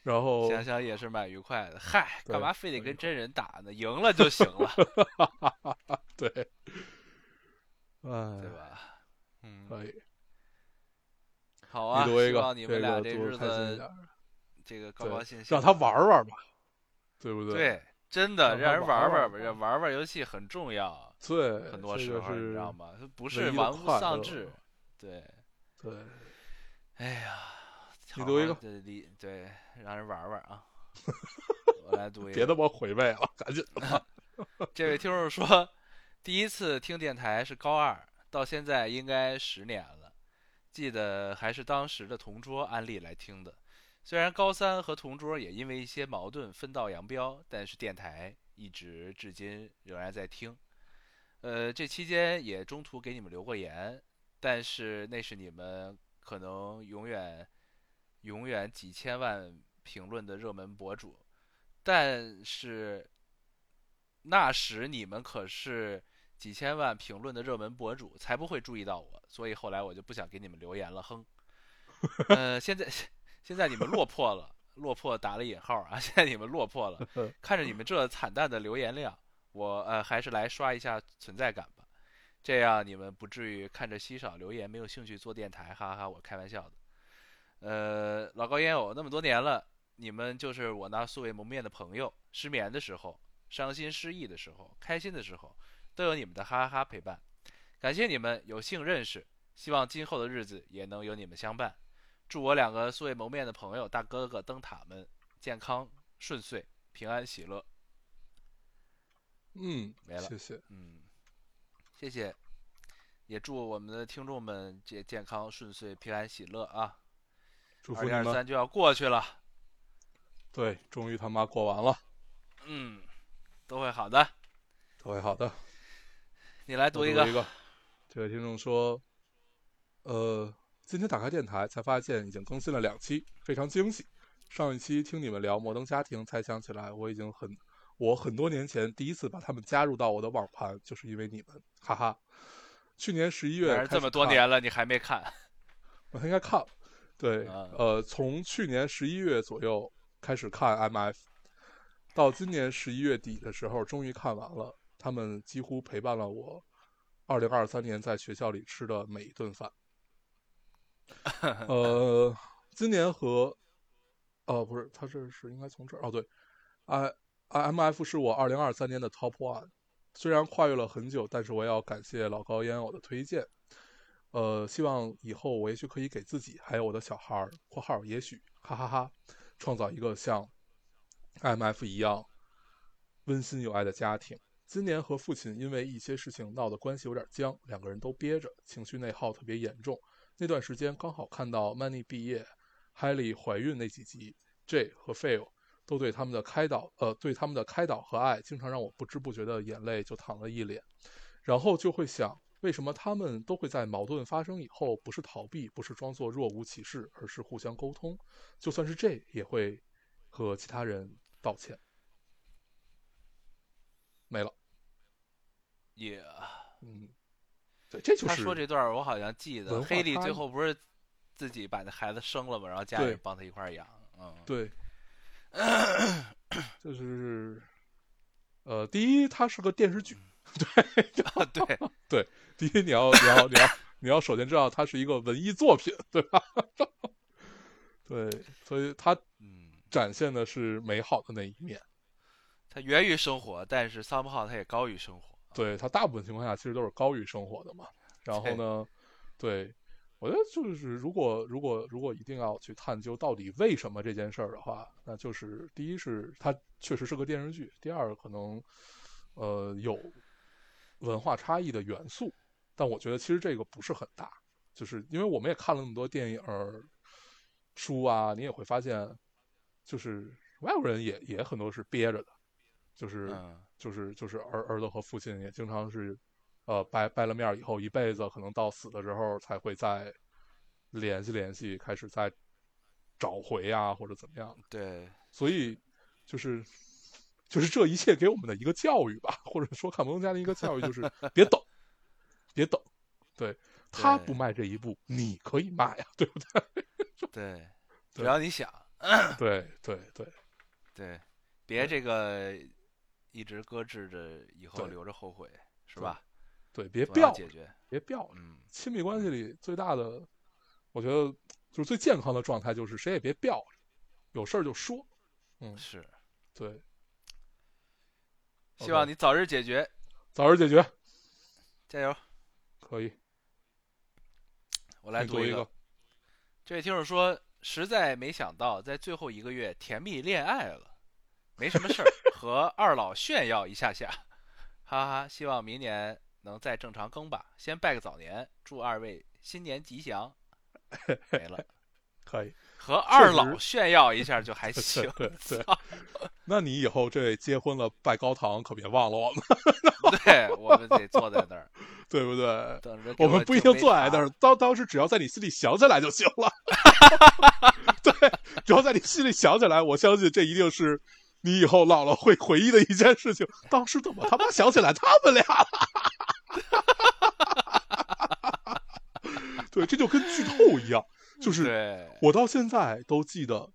Speaker 3: 然后
Speaker 2: 想想也是蛮愉快的。嗨，
Speaker 3: 哦对
Speaker 2: 干嘛非得
Speaker 3: 蛮愉
Speaker 2: 跟真人打呢？赢了就 行了，
Speaker 3: 对，
Speaker 2: 对
Speaker 3: 哎，
Speaker 2: 吧？嗯，
Speaker 3: 可以。
Speaker 2: 好啊，
Speaker 3: 呃你读一
Speaker 2: 希
Speaker 3: 个，
Speaker 2: 啊望你们俩
Speaker 3: 这个
Speaker 2: 这
Speaker 3: 多
Speaker 2: 日
Speaker 3: 开心一点
Speaker 2: 子
Speaker 3: 儿
Speaker 2: 这个高
Speaker 3: 对
Speaker 2: 高兴兴，
Speaker 3: 让他玩儿玩儿嘛，对不对？
Speaker 2: 对，真的
Speaker 3: 让他
Speaker 2: 让人
Speaker 3: 玩
Speaker 2: 玩
Speaker 3: 玩
Speaker 2: 玩
Speaker 3: 吧
Speaker 2: 玩玩玩游戏很重要，
Speaker 3: 对，
Speaker 2: 很多
Speaker 3: 这
Speaker 2: 时
Speaker 3: 个
Speaker 2: 候
Speaker 3: 是
Speaker 2: 你知道？吗？不
Speaker 3: 唯
Speaker 2: 是
Speaker 3: 一的
Speaker 2: 玩物
Speaker 3: 快
Speaker 2: 丧
Speaker 3: 乐
Speaker 2: 志，对，
Speaker 3: 对，
Speaker 2: 哎呀，
Speaker 3: 你
Speaker 2: 好
Speaker 3: 读一
Speaker 2: 好
Speaker 3: 个
Speaker 2: 地理，对，让人玩玩 啊。我来读一个，
Speaker 3: 别他妈回味了，赶 紧的吧。
Speaker 2: 这位听众说，第一次听电台是高二，到现在应该十年了，记得还是当时的同桌安利来听的。虽然高三和同桌也因为一些矛盾分道扬镳，但是电台一直至今仍然在听。呃，这期间也中途给你们留过言，但是那是你们可能永远、永远几千万评论的热门博主，但是那时你们可是几千万评论的热门博主，才不会注意到我，所以后来我就不想给你们留言了，哼。呃，现在现在你们落魄了，落魄打了引号啊，现在你们落魄了，看着你们这惨淡的留言量，我呃还是来刷一下存在感吧，这样你们不至于看着稀少留言没有兴趣做电台，哈哈，我开玩笑的。呃，老高烟友那么多年了，你们就是我那素未谋面的朋友，失眠的时候，伤心失意的时候，开心的时候，都有你们的哈哈哈陪伴。感谢你们有幸认识，希望今后的日子也能有你们相伴。祝我两个素未谋面的朋友大哥哥灯塔们健康顺遂、平安喜乐。
Speaker 3: 嗯
Speaker 2: 没，了
Speaker 3: 谢谢。
Speaker 2: 嗯，谢谢，也祝我们的听众们健健康顺遂、平安喜乐啊！
Speaker 3: 祝福
Speaker 2: 二
Speaker 3: 你
Speaker 2: 零二
Speaker 3: 们，
Speaker 2: 三就要过去了，
Speaker 3: 对，终于他妈过完了，
Speaker 2: 嗯，都会好的。
Speaker 3: 各位好的，
Speaker 2: 你来
Speaker 3: 我
Speaker 2: 读一
Speaker 3: 个。
Speaker 2: 个，
Speaker 3: 这位听众说，呃，今天打开电台才发现已经更新了两期，非常惊喜。上一期听你们聊《摩登家庭》，才想起来我已经很，我很多年前第一次把他们加入到我的网盘，就是因为你们，哈哈。去年十一月
Speaker 2: 反
Speaker 3: 开
Speaker 2: 正
Speaker 3: 始
Speaker 2: 这么多
Speaker 3: 看
Speaker 2: 年了，你还没看，
Speaker 3: 我应该看了，对，
Speaker 2: 啊
Speaker 3: 呃，从去年十一月左右开始看 MF，到今年十一月底的时候，终于看完了。他们几乎陪伴了我二零二三年在学校里吃的每一顿饭。呃，今年和哦，不是，他这是应该从这儿哦，对，I I M F 是我二零二三年的 Top One，虽然跨越了很久，但是我也要感谢老高烟偶的推荐。呃，希望以后我也许可以给自己还有我的小孩儿（括号也许）哈哈哈创造一个像 M F 一样温馨有爱的家庭。今年和父亲因为一些事情闹得关系有点僵，两个人都憋着，情绪内耗特别严重。那段时间刚好看到 Manny 毕业、Haley 怀孕那几集，J 和 Phil 都对他们的开导，呃，对他们的开导和爱，经常让我不知不觉的眼泪就淌了一脸。然后就会想，为什么他们都会在矛盾发生以后，不是逃避，不是装作若无其事，而是互相沟通？就算是这，也会和其他人道歉。没了，
Speaker 2: 也、
Speaker 3: 嗯，对，这就
Speaker 2: 他
Speaker 3: 是
Speaker 2: 说这段儿我好像记得，
Speaker 3: 文化
Speaker 2: 黑利
Speaker 3: 差
Speaker 2: 最
Speaker 3: 异
Speaker 2: 后不是自己把那孩子生了嘛，然后家
Speaker 3: 对
Speaker 2: 人帮他一块儿养，嗯，
Speaker 3: 对，就是，呃，第一，它是个电视剧，
Speaker 2: 啊 对，
Speaker 3: 第一，你要你要你要你要首先知道它是一个文艺作品，对吧？ 对，所以它
Speaker 2: 嗯，
Speaker 3: 展现的是美好的那一面。
Speaker 2: 他源于生活，但是 somehow 他也高于生活，
Speaker 3: 对，它大部分情况下其实都是高于生活的嘛。然后呢，对，我觉得就是如果如果如果一定要去探究到底为什么这件事儿的话，那就是第一是它确实是个电视剧，第二可能呃有文化差异的元素，但我觉得其实这个不是很大，就是因为我们也看了那么多电影儿、书啊，你也会发现，就是外国人也也很多是憋着的，就是。
Speaker 2: 嗯，
Speaker 3: 就是就是儿儿子和父亲也经常是，呃，掰掰了面儿以后，一辈子可能到死的时候才会再联系联系，开始再找回啊，或者怎么样。
Speaker 2: 对，
Speaker 3: 所以就是就是这一切给我们的一个教育吧，或者说看摩登家的一个教育 就是别等，别等，对他
Speaker 2: 对
Speaker 3: 不迈这一步，你可以迈呀，对不对？
Speaker 2: 对，只
Speaker 3: 对
Speaker 2: 要你想，
Speaker 3: 对 对对
Speaker 2: 对，别这个一直搁置着，以后
Speaker 3: 对
Speaker 2: 留着后悔，是
Speaker 3: 对
Speaker 2: 吧？
Speaker 3: 对，别
Speaker 2: 总要
Speaker 3: 吊
Speaker 2: 解决，
Speaker 3: 别吊着。
Speaker 2: 嗯，
Speaker 3: 亲密关系里最大的，我觉得就是最健康的状态就是谁也别吊着，有事儿就说。嗯，
Speaker 2: 是，
Speaker 3: 对，
Speaker 2: 希望
Speaker 3: OK
Speaker 2: 你早日解决，
Speaker 3: 早日解决，
Speaker 2: 加油！
Speaker 3: 可以。
Speaker 2: 我来
Speaker 3: 你
Speaker 2: 读
Speaker 3: 读一
Speaker 2: 个。
Speaker 3: 个，
Speaker 2: 这位听众说，实在没想到，在最后一个月甜蜜恋爱了，没什么事儿，和二老炫耀一下下，哈哈。希望明年能再正常更吧。先拜个早年，祝二位新年吉 祥。没了，
Speaker 3: 可以。。
Speaker 2: 和二老炫耀一下就还行
Speaker 3: 对对 对
Speaker 2: 操
Speaker 3: 那你以后这结婚了拜高堂，可别忘了我们，
Speaker 2: 对，我们得坐在那儿，
Speaker 3: 对不对？
Speaker 2: 等着给
Speaker 3: 我
Speaker 2: 我
Speaker 3: 们不一
Speaker 2: 敬
Speaker 3: 定
Speaker 2: 杯
Speaker 3: 坐在
Speaker 2: 茶
Speaker 3: 那儿，当当时只要在你心里想起来就行 了。对，只要在你心里想起来，我相信这一定是你以后老了会回忆的一件事情。当时怎么他妈想起来他们俩了？ 对，这就跟剧透一样，就是啊
Speaker 2: 嗯对，
Speaker 3: 我到现在都记得，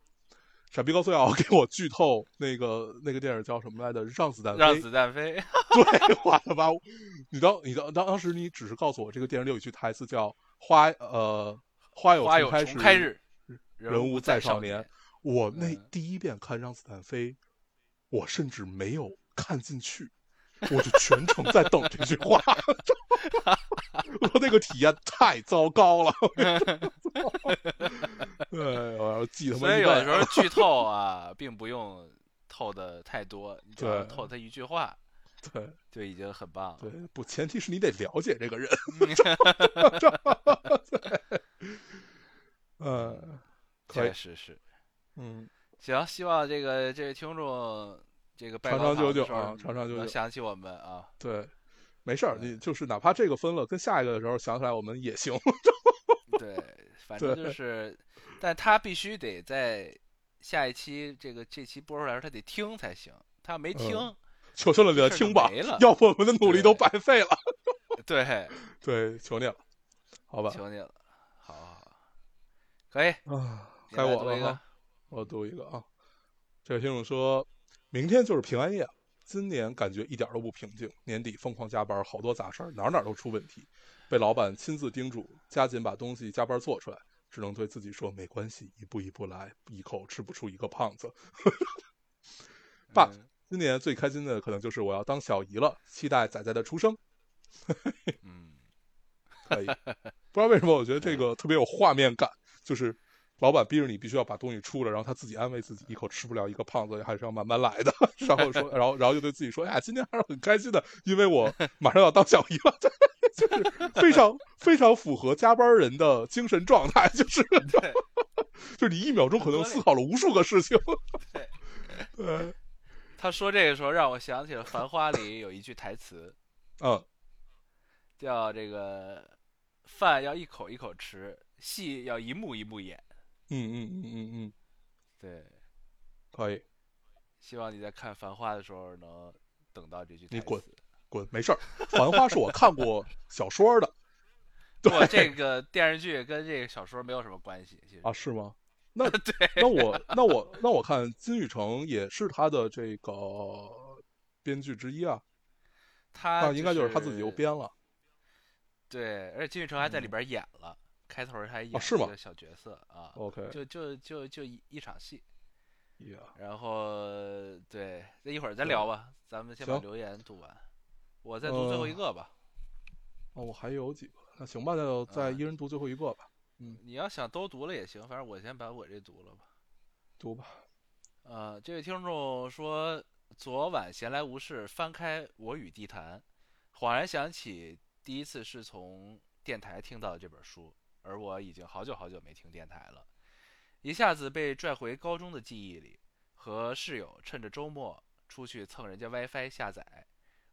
Speaker 3: 傻逼高碎奥给我剧透那个那个电影叫什么来着？让子弹飞。
Speaker 2: 让子弹飞。
Speaker 3: 对，我的妈！你当你当当当时你只是告诉我这个电影里有一句台词叫“花呃花有
Speaker 2: 花有
Speaker 3: 重开
Speaker 2: 重开日，
Speaker 3: 人
Speaker 2: 无
Speaker 3: 无
Speaker 2: 再
Speaker 3: 再
Speaker 2: 少
Speaker 3: 少年”，我那
Speaker 2: 嗯
Speaker 3: 第一遍看《让子弹飞》，我甚至没有看进去，我就全程在等这句话， 我那个体验太糟糕了。 我跟你说哎呦，我要记 他妈
Speaker 2: 所以
Speaker 3: 一
Speaker 2: 有的
Speaker 3: 辈子
Speaker 2: 时 候剧透啊，并不用透的太多，你只要
Speaker 3: 对
Speaker 2: 透他一句话
Speaker 3: 对
Speaker 2: 就已经很棒 了。
Speaker 3: 对， 不，前提是你得了解这个人。嗯，可以
Speaker 2: 确，实是。
Speaker 3: 嗯，
Speaker 2: 行，希望这个这位听众这个拜
Speaker 3: 长长
Speaker 2: 高堂的
Speaker 3: 久久
Speaker 2: 时候
Speaker 3: 啊长长久
Speaker 2: 能
Speaker 3: 久
Speaker 2: 想起我们 啊。
Speaker 3: 对，没事儿，
Speaker 2: 对
Speaker 3: 你就是哪怕这个分了，跟下一个的时候想起来我们也行。
Speaker 2: 对，反正
Speaker 3: 对
Speaker 2: 就是，但他必须得在下一期这个这期播出来的时候，他得听才行。他
Speaker 3: 嗯
Speaker 2: 没听，
Speaker 3: 求求了你了，
Speaker 2: 这事儿就
Speaker 3: 听吧
Speaker 2: 没了，
Speaker 3: 要不我们的努力都
Speaker 2: 对
Speaker 3: 白费了。
Speaker 2: 对，
Speaker 3: 对，求你了，好吧？
Speaker 2: 求你了。好好好，可以，
Speaker 3: 啊，
Speaker 2: 你
Speaker 3: 该
Speaker 2: 来
Speaker 3: 我
Speaker 2: 读
Speaker 3: 了
Speaker 2: 一个
Speaker 3: 哈，我读一个啊。这位听众说，明天就是平安夜，今年感觉一点都不平静，年底疯狂加班，好多杂事儿，哪儿哪儿都出问题，被老板亲自叮嘱，加紧把东西加班做出来，只能对自己说没关系，一步一步来，一口吃不出一个胖子。爸
Speaker 2: 嗯
Speaker 3: 今年最开心的可能就是我要当小姨了，期待仔仔的出生。
Speaker 2: 嗯。
Speaker 3: 可以，不知道为什么，我觉得这个特别有画面感，就是老板逼着你必须要把东西出了，然后他自己安慰自己，一口吃不了一个胖子，还是要慢慢来的。 然后说，然后然后就对自己说，哎呀，今天还是很开心的，因为我马上要当小姨了， 就是非常非常符合加班人的精神状态，就是
Speaker 2: 对
Speaker 3: 就是你一秒钟可能思考了无数个事情。对，
Speaker 2: 他说这个时候让我想起了《繁花》里有一句台词，
Speaker 3: 嗯，
Speaker 2: 叫这个饭要一口一口吃，戏要一幕一幕演。
Speaker 3: 嗯嗯嗯嗯嗯，
Speaker 2: 对，
Speaker 3: 可以，
Speaker 2: 希望你在看《繁花》的时候能等到这句台
Speaker 3: 你
Speaker 2: 词。
Speaker 3: 滚滚，没事儿。繁花是我看过小说的，
Speaker 2: 不
Speaker 3: 对，
Speaker 2: 哦这个电视剧跟这个小说没有什么关系，其实
Speaker 3: 啊，是吗？ 那那我那我那我看金宇澄也是他的这个编剧之一啊，
Speaker 2: 他、啊
Speaker 3: 那应该就是他自己又编。了。
Speaker 2: 对，而且金宇澄还在里边演了，开头还演
Speaker 3: 啊是
Speaker 2: 了
Speaker 3: 吗哦
Speaker 2: 一个小角色啊，
Speaker 3: OK，
Speaker 2: 就就就就一一场戏。
Speaker 3: 呀
Speaker 2: 然后对，那一会儿再聊吧，咱们先把
Speaker 3: 行
Speaker 2: 留言读完，我再读最后一
Speaker 3: 呃
Speaker 2: 个吧。
Speaker 3: 哦，我还有几个，那行吧，那就再
Speaker 2: 嗯
Speaker 3: 一人读最后一个吧，
Speaker 2: 你要想都读了也行，反正我先把我这读了吧。
Speaker 3: 读吧。
Speaker 2: 呃，这位听众说，昨晚闲来无事，翻开《我与地坛》，恍然想起第一次是从电台听到的这本书，而我已经好久好久没听电台了，一下子被拽回高中的记忆里，和室友趁着周末出去蹭人家 WiFi 下载，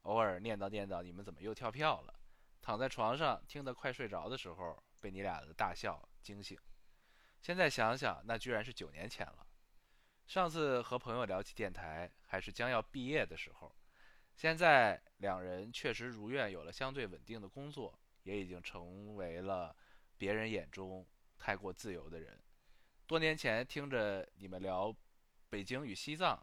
Speaker 2: 偶尔念叨念叨你们怎么又跳票了，躺在床上听得快睡着的时候，被你俩的大笑惊醒。现在想想，那居然是九年前了。上次和朋友聊起电台，还是将要毕业的时候。现在两人确实如愿有了相对稳定的工作，也已经成为了别人眼中太过自由的人。多年前听着你们聊北京与西藏，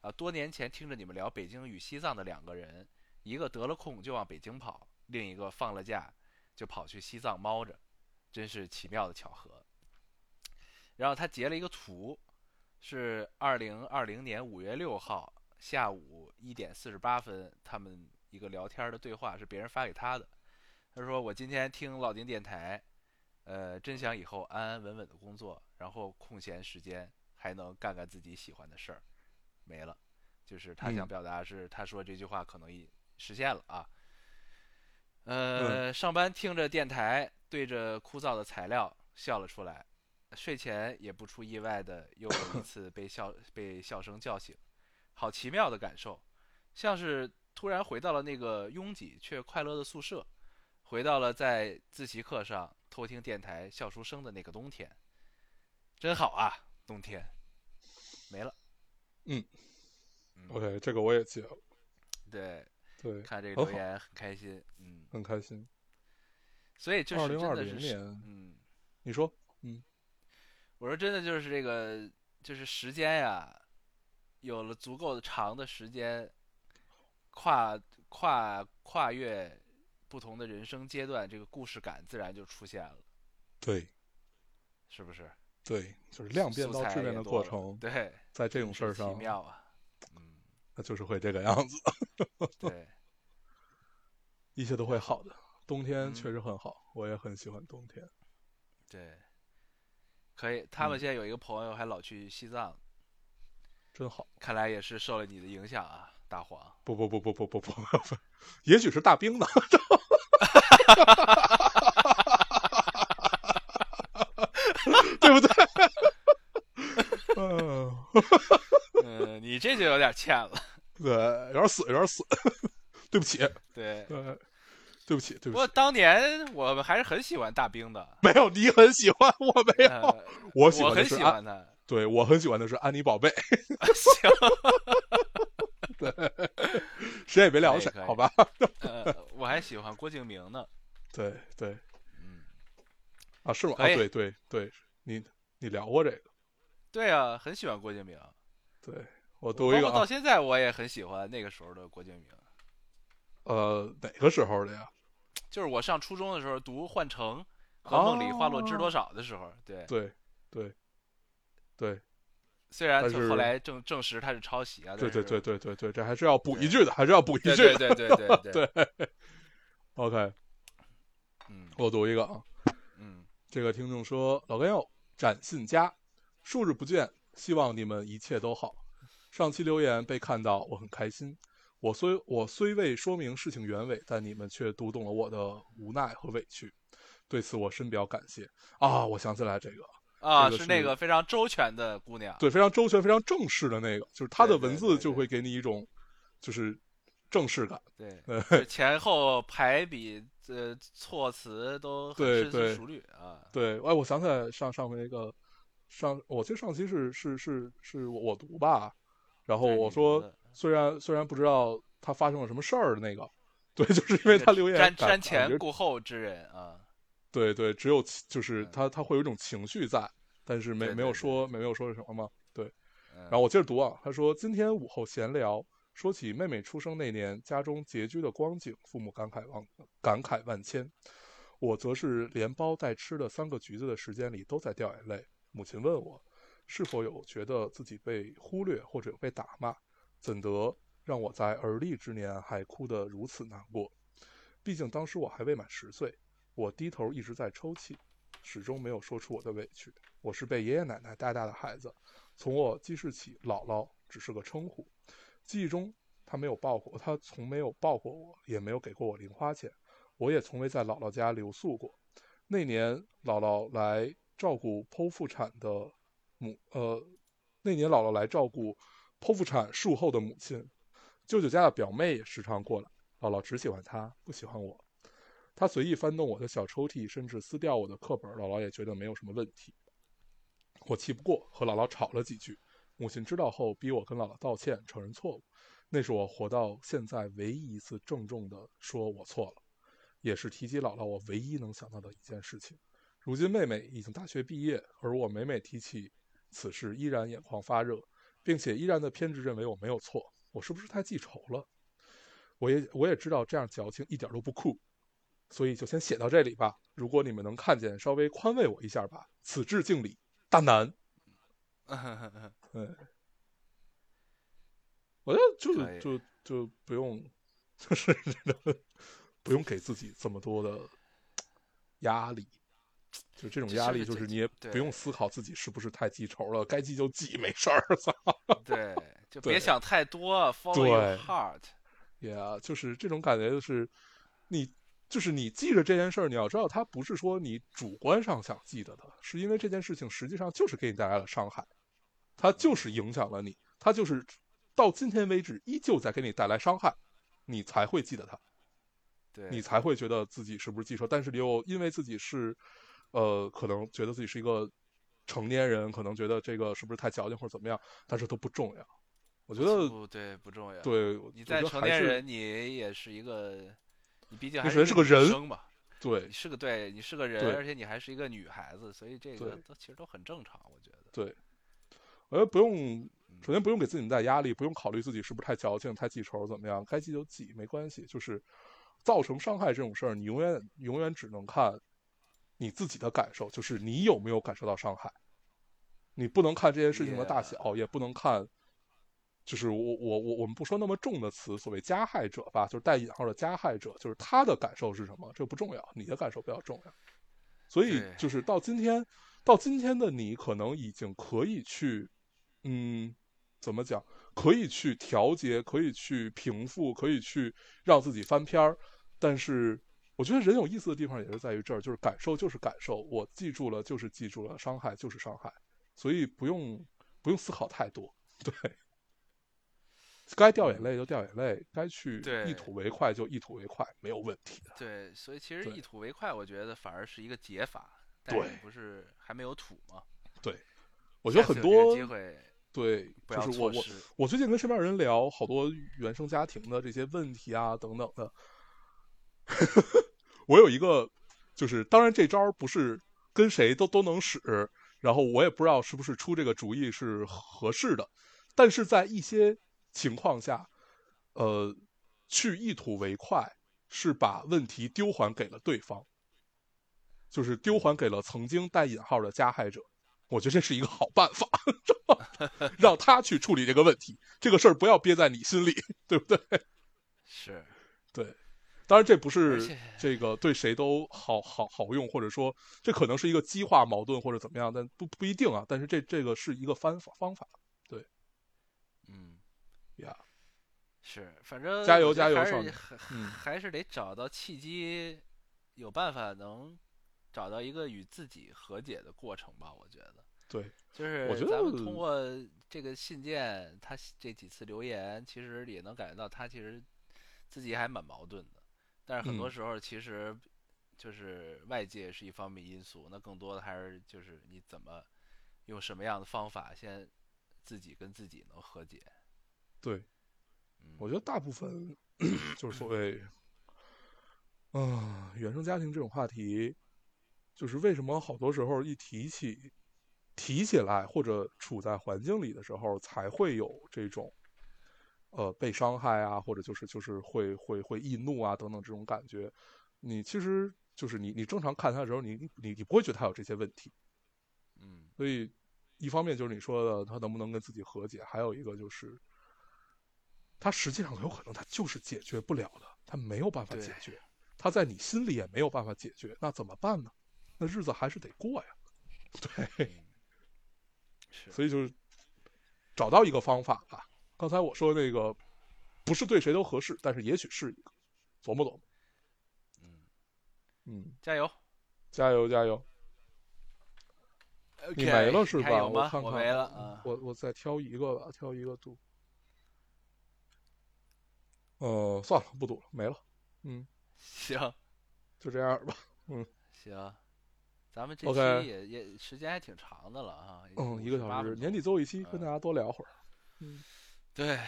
Speaker 2: 啊，多年前听着你们聊北京与西藏的两个人，一个得了空就往北京跑，另一个放了假就跑去西藏猫着，真是奇妙的巧合。然后他截了一个图，是二零二零年五月六号下午一点四十八分，他们一个聊天儿的对话是别人发给他的。他说：“我今天听老丁电台，呃，真想以后安安稳稳的工作，然后空闲时间还能干干自己喜欢的事儿。”没了，就是他
Speaker 1: 嗯
Speaker 2: 想表达是，他说这句话可能已实现了啊。
Speaker 3: 嗯
Speaker 2: 呃，上班听着电台，对着枯燥的材料笑了出来，睡前也不出意外的又一次 被笑被笑声叫醒，好奇妙的感受，像是突然回到了那个拥挤却快乐的宿舍，回到了在自习课上偷听电台笑出声的那个冬天，真好啊，冬天，没了，
Speaker 3: 嗯
Speaker 2: 嗯
Speaker 3: OK，这个我也接了，
Speaker 2: 对，
Speaker 3: 对，哦
Speaker 2: 看这
Speaker 3: 很
Speaker 2: 个留
Speaker 3: 好
Speaker 2: 言很开心，嗯，
Speaker 3: 很开心。
Speaker 2: 所以就是真的
Speaker 3: 2020
Speaker 2: 是，
Speaker 3: 年，
Speaker 2: 嗯。
Speaker 3: 你说
Speaker 2: 我说真的就是这个，就是时间呀，有了足够的长的时间，跨跨跨越不同的人生阶段，这个故事感自然就出现了，
Speaker 3: 对
Speaker 2: 是不是？
Speaker 3: 对，就是量变
Speaker 2: 素
Speaker 3: 到
Speaker 2: 材
Speaker 3: 质变
Speaker 2: 也
Speaker 3: 的
Speaker 2: 多
Speaker 3: 过
Speaker 2: 了
Speaker 3: 程，
Speaker 2: 对，
Speaker 3: 在这
Speaker 2: 这
Speaker 3: 种事儿
Speaker 2: 奇
Speaker 3: 上，
Speaker 2: 妙啊，嗯，
Speaker 3: 那就是会这个样子，
Speaker 2: 对，
Speaker 3: 一切都会好的。冬天
Speaker 2: 嗯
Speaker 3: 确实很好，我也很喜欢冬天。
Speaker 2: 对，可以。他们
Speaker 3: 嗯
Speaker 2: 现在有一个朋友还老去西藏，
Speaker 3: 真好。
Speaker 2: 看来也是受了你的影响啊，大黄。
Speaker 3: 不不不不不不不不，也许是大兵呢。对不对？嗯，
Speaker 2: 嗯，你这就有点欠了，
Speaker 3: 对，有点损，有点损。对不起，
Speaker 2: 对。
Speaker 3: 对，对不起，对不起
Speaker 2: 不过。当年我们还是很喜欢 大兵的，
Speaker 3: 没有，你很喜欢，我没有。
Speaker 2: 呃，
Speaker 3: 哎我喜
Speaker 2: 我
Speaker 3: 欢的
Speaker 2: 很
Speaker 3: 是啊
Speaker 2: 喜
Speaker 3: 安，
Speaker 2: 欢他。
Speaker 3: 对我很喜欢的是安妮宝贝，
Speaker 2: 行，
Speaker 3: 谁也别聊谁
Speaker 2: 可以可，以
Speaker 3: 好吧？
Speaker 2: 呃，我还喜欢郭敬明呢。
Speaker 3: 对对
Speaker 2: 嗯，
Speaker 3: 啊，是吗？啊，
Speaker 2: 可
Speaker 3: 对
Speaker 2: 以
Speaker 3: 对对，你你聊过这个？
Speaker 2: 对啊，很喜欢郭敬明。
Speaker 3: 对我
Speaker 2: 包
Speaker 3: 读一个
Speaker 2: 括
Speaker 3: 啊
Speaker 2: 到，现在我也很喜欢那个时候的郭敬明，
Speaker 3: 呃，哪个时候的呀？
Speaker 2: 就是我上初中的时候读《幻城》和《梦里花落知多少》的时候，对，
Speaker 3: 对对对
Speaker 2: 虽然
Speaker 3: 但
Speaker 2: 就是后来证证实他是抄袭啊，
Speaker 3: 对对对
Speaker 2: 对
Speaker 3: 对对对，这还是要补一
Speaker 2: 对
Speaker 3: 句的，还 是要补一
Speaker 2: 对
Speaker 3: 句
Speaker 2: 对
Speaker 3: 的。
Speaker 2: 对对对对，
Speaker 3: 对 OK，
Speaker 2: 嗯
Speaker 3: 我读一个啊，
Speaker 2: 嗯，
Speaker 3: 这个听众说：“老根友，展信佳，数日不见，希望你们一切都好。上期留言被看到，我很开心。我虽我虽未说明事情原委，但你们却读懂了我的无奈和委屈，对此我深表感谢啊！我想起来这个，
Speaker 2: 啊，
Speaker 3: 这个
Speaker 2: 是那
Speaker 3: 是
Speaker 2: 个非常周全的姑娘，
Speaker 3: 对，非常周全、非常正式的那个，就是他的
Speaker 2: 对对
Speaker 3: 文
Speaker 2: 对
Speaker 3: 字就
Speaker 2: 对
Speaker 3: 会给你一种就是正式感。
Speaker 2: 对，
Speaker 3: 呃
Speaker 2: 就前后排比呃措辞都很
Speaker 3: 对
Speaker 2: 深
Speaker 3: 对
Speaker 2: 思熟虑啊，
Speaker 3: 对，哎，我想起来上上回那个上，我记得上期是是是是我我读吧，然后
Speaker 2: 对
Speaker 3: 我
Speaker 2: 你
Speaker 3: 说
Speaker 2: 读的
Speaker 3: 虽然虽然不知道他发生了什么事儿的那个， 对，就是因为
Speaker 2: 这
Speaker 3: 他留言
Speaker 2: 瞻
Speaker 3: 感
Speaker 2: 瞻
Speaker 3: 感
Speaker 2: 前
Speaker 3: 觉
Speaker 2: 顾后之人啊，
Speaker 3: 对对，只有其就是
Speaker 2: 嗯
Speaker 3: 他他会有一种情绪在，但是没
Speaker 2: 对
Speaker 3: 没
Speaker 2: 对
Speaker 3: 有
Speaker 2: 对
Speaker 3: 说没有说是什么嘛，对，
Speaker 2: 嗯
Speaker 3: 然后我接着读啊，他说今天午后闲聊，说起妹妹出生那年家中拮据的光景，父母感慨万感慨万千。我则是连包带吃的三个橘子的时间里都在掉眼泪。母亲问我，是否有觉得自己被忽略或者有被打骂，怎得让我在而立之年还哭得如此难过？毕竟当时我还未满十岁，我低头一直在抽泣，始终没有说出我的委屈。我是被爷爷奶奶带大的孩子，从我记事起，姥姥只是个称呼，记忆中她没有抱过，她从没有抱过我，也没有给过我零花钱，我也从未在姥姥家留宿过。那年姥姥来照顾剖腹产的母，呃，那年姥姥来照顾剖腹产术后的母亲，舅舅家的表妹也时常过来，姥姥只喜欢她，不喜欢我。她随意翻动我的小抽屉，甚至撕掉我的课本，姥姥也觉得没有什么问题。我气不过，和姥姥吵了几句。母亲知道后，逼我跟姥姥道歉，承认错误。那是我活到现在唯一一次郑重的说我错了，也是提及姥姥我唯一能想到的一件事情。如今妹妹已经大学毕业，而我每每提起此事，依然眼眶发热，并且依然的偏执认为我没有错。我是不是太记仇了？我也我也知道这样矫情一点都不酷，所以就先写到这里吧。如果你们能看见，稍微宽慰我一下吧。此致敬礼，大南。我觉得就
Speaker 2: 可以
Speaker 3: 就就不用，就是 这种不用给自己这么多的压力，就这种
Speaker 2: 这
Speaker 3: 压力，
Speaker 2: 是个
Speaker 3: 就是
Speaker 2: 这
Speaker 3: 你也
Speaker 2: 对
Speaker 3: 不用思考自己是不是太记仇了，该记就记，没事儿。操，
Speaker 2: 对，就
Speaker 3: 对
Speaker 2: 别想太多，follow your
Speaker 3: 对
Speaker 2: heart。
Speaker 3: 也、啊就是这种感觉，就是你就是你记着这件事儿，你要知道，它不是说你主观上想记得的，是因为这件事情实际上就是给你带来了伤害，它就是影响了你，它就是到今天为止依旧在给你带来伤害，你才会记得它。
Speaker 2: 对，
Speaker 3: 你才会觉得自己是不是记仇，但是你又因为自己是，呃，可能觉得自己是一个成年人，可能觉得这个是不是太矫情或者怎么样，但是都不重要。我觉得
Speaker 2: 不对不重要。，
Speaker 3: 对，我
Speaker 2: 你
Speaker 3: 我
Speaker 2: 在
Speaker 3: 觉得
Speaker 2: 成
Speaker 3: 还
Speaker 2: 年
Speaker 3: 是
Speaker 2: 人，你也是一个，你毕竟还
Speaker 3: 你首先
Speaker 2: 一
Speaker 3: 是
Speaker 2: 个
Speaker 3: 个
Speaker 2: 女
Speaker 3: 人
Speaker 2: 生嘛，
Speaker 3: 对
Speaker 2: 你是个对，你是个人，
Speaker 3: 对
Speaker 2: 而且你还是一个女孩子，所以这个
Speaker 3: 对
Speaker 2: 都其实都很正常，我觉得。
Speaker 3: 对，我觉得不用，首先不用给自己带压力，不用考虑自己是不是太矫情、太记仇怎么样，该记就记，没关系。就是造成伤害这种事儿，你永远永远只能看你自己的感受，就是你有没有感受到伤害。你不能看这件事情的大小也不能看，就是我我我我们不说那么重的词，所谓加害者吧，就是带引号的加害者，就是他的感受是什么，这不重要，你的感受比较重要。所以
Speaker 2: 对
Speaker 3: 就是到今天，到今天的你可能已经可以去，嗯，怎么讲？可以去调节，可以去平复，可以去让自己翻篇儿。但是我觉得人有意思的地方也是在于这儿，就是感受就是感受，我记住了就是记住了，伤害就是伤害，所以不用不用思考太多，对。该掉眼泪就掉眼泪，该去
Speaker 2: 嗯对
Speaker 3: 一吐为快就一吐为快，没有问题的。
Speaker 2: 对，所以其实
Speaker 3: 对
Speaker 2: 一吐为快，我觉得反而是一个解法。但
Speaker 3: 对
Speaker 2: 你不是还没有吐吗？
Speaker 3: 我
Speaker 2: 我
Speaker 3: 觉得很多
Speaker 2: 机会
Speaker 3: 对，
Speaker 2: 不要
Speaker 3: 就是我
Speaker 2: 错
Speaker 3: 我
Speaker 2: 失。
Speaker 3: 我最近跟身边人聊好多原生家庭的这些问题啊等等的， 我有一个就是，当然这招儿不是跟谁都都能使，然后我也不知道是不是出这个主意是合适的，但是在一些情况下，呃，去一吐为快是把问题丢还给了对方，就是丢还给了曾经带引号的加害者。我觉得这是一个好办法，让他去处理这个问题，这个事儿不要憋在你心里， 对不对？
Speaker 2: 是，
Speaker 3: 对，当然这不
Speaker 2: 而
Speaker 3: 是
Speaker 2: 且
Speaker 3: 这个对谁都好好好用，或者说这可能是一个激化矛盾或者怎么样，但不不一定啊。但是这这个是一个方法方法
Speaker 2: 嗯，
Speaker 3: 呀。
Speaker 2: 是，反正
Speaker 3: 加
Speaker 2: 我
Speaker 3: 油
Speaker 2: 觉得
Speaker 3: 加油
Speaker 2: 还
Speaker 3: 少
Speaker 2: 是
Speaker 3: 女
Speaker 2: 还
Speaker 3: 嗯
Speaker 2: 还是得找到契机，有办法能找到一个与自己和解的过程吧。我觉得，
Speaker 3: 对，
Speaker 2: 就是
Speaker 3: 觉
Speaker 2: 咱们
Speaker 3: 得
Speaker 2: 通过这个信件，他这几次留言，其实也能感觉到他其实自己还蛮矛盾的。但是很多
Speaker 3: 嗯
Speaker 2: 时候，其实就是外界是一方面因素，那更多的还是就是你怎么用什么样的方法，先自己跟自己能和解。
Speaker 3: 对，
Speaker 2: 嗯，
Speaker 3: 我觉得大部分就是所谓啊、原生家庭这种话题，就是为什么好多时候一提起提起来或者处在环境里的时候，才会有这种呃被伤害啊，或者就是就是会会会易怒啊等等这种感觉。你其实就是你你正常看他的时候，你你你你不会觉得他有这些问题，
Speaker 2: 嗯，
Speaker 3: 所以一方面就是你说的他能不能跟自己和解，还有一个就是他实际上有可能他就是解决不了的，他没有办法
Speaker 2: 对
Speaker 3: 解决，他在你心里也没有办法解决，那怎么办呢？那日子还是得过呀。
Speaker 2: 是，
Speaker 3: 所以就是找到一个方法吧。刚才我说那个不是对谁都合适，但是也许是一个，琢磨琢磨。
Speaker 2: 嗯，
Speaker 3: 嗯，
Speaker 2: 加油。
Speaker 3: 加油加油！你没了是
Speaker 2: 你还
Speaker 3: 吧？
Speaker 2: 有吗
Speaker 3: 我看看，嗯
Speaker 2: 我没了啊
Speaker 3: 我我再挑一个吧，挑一个读。呃，算了，不读了，没了，
Speaker 2: 行
Speaker 3: 就这样吧。
Speaker 2: 行，咱们这
Speaker 3: OK
Speaker 2: 期也也时间还挺长的了啊，已经
Speaker 3: 嗯，一个
Speaker 2: 58
Speaker 3: 小时，
Speaker 2: 分
Speaker 3: 年
Speaker 2: 钟
Speaker 3: 底
Speaker 2: 了
Speaker 3: 最后一期，
Speaker 2: 嗯
Speaker 3: 跟大家多聊会儿。
Speaker 2: 对，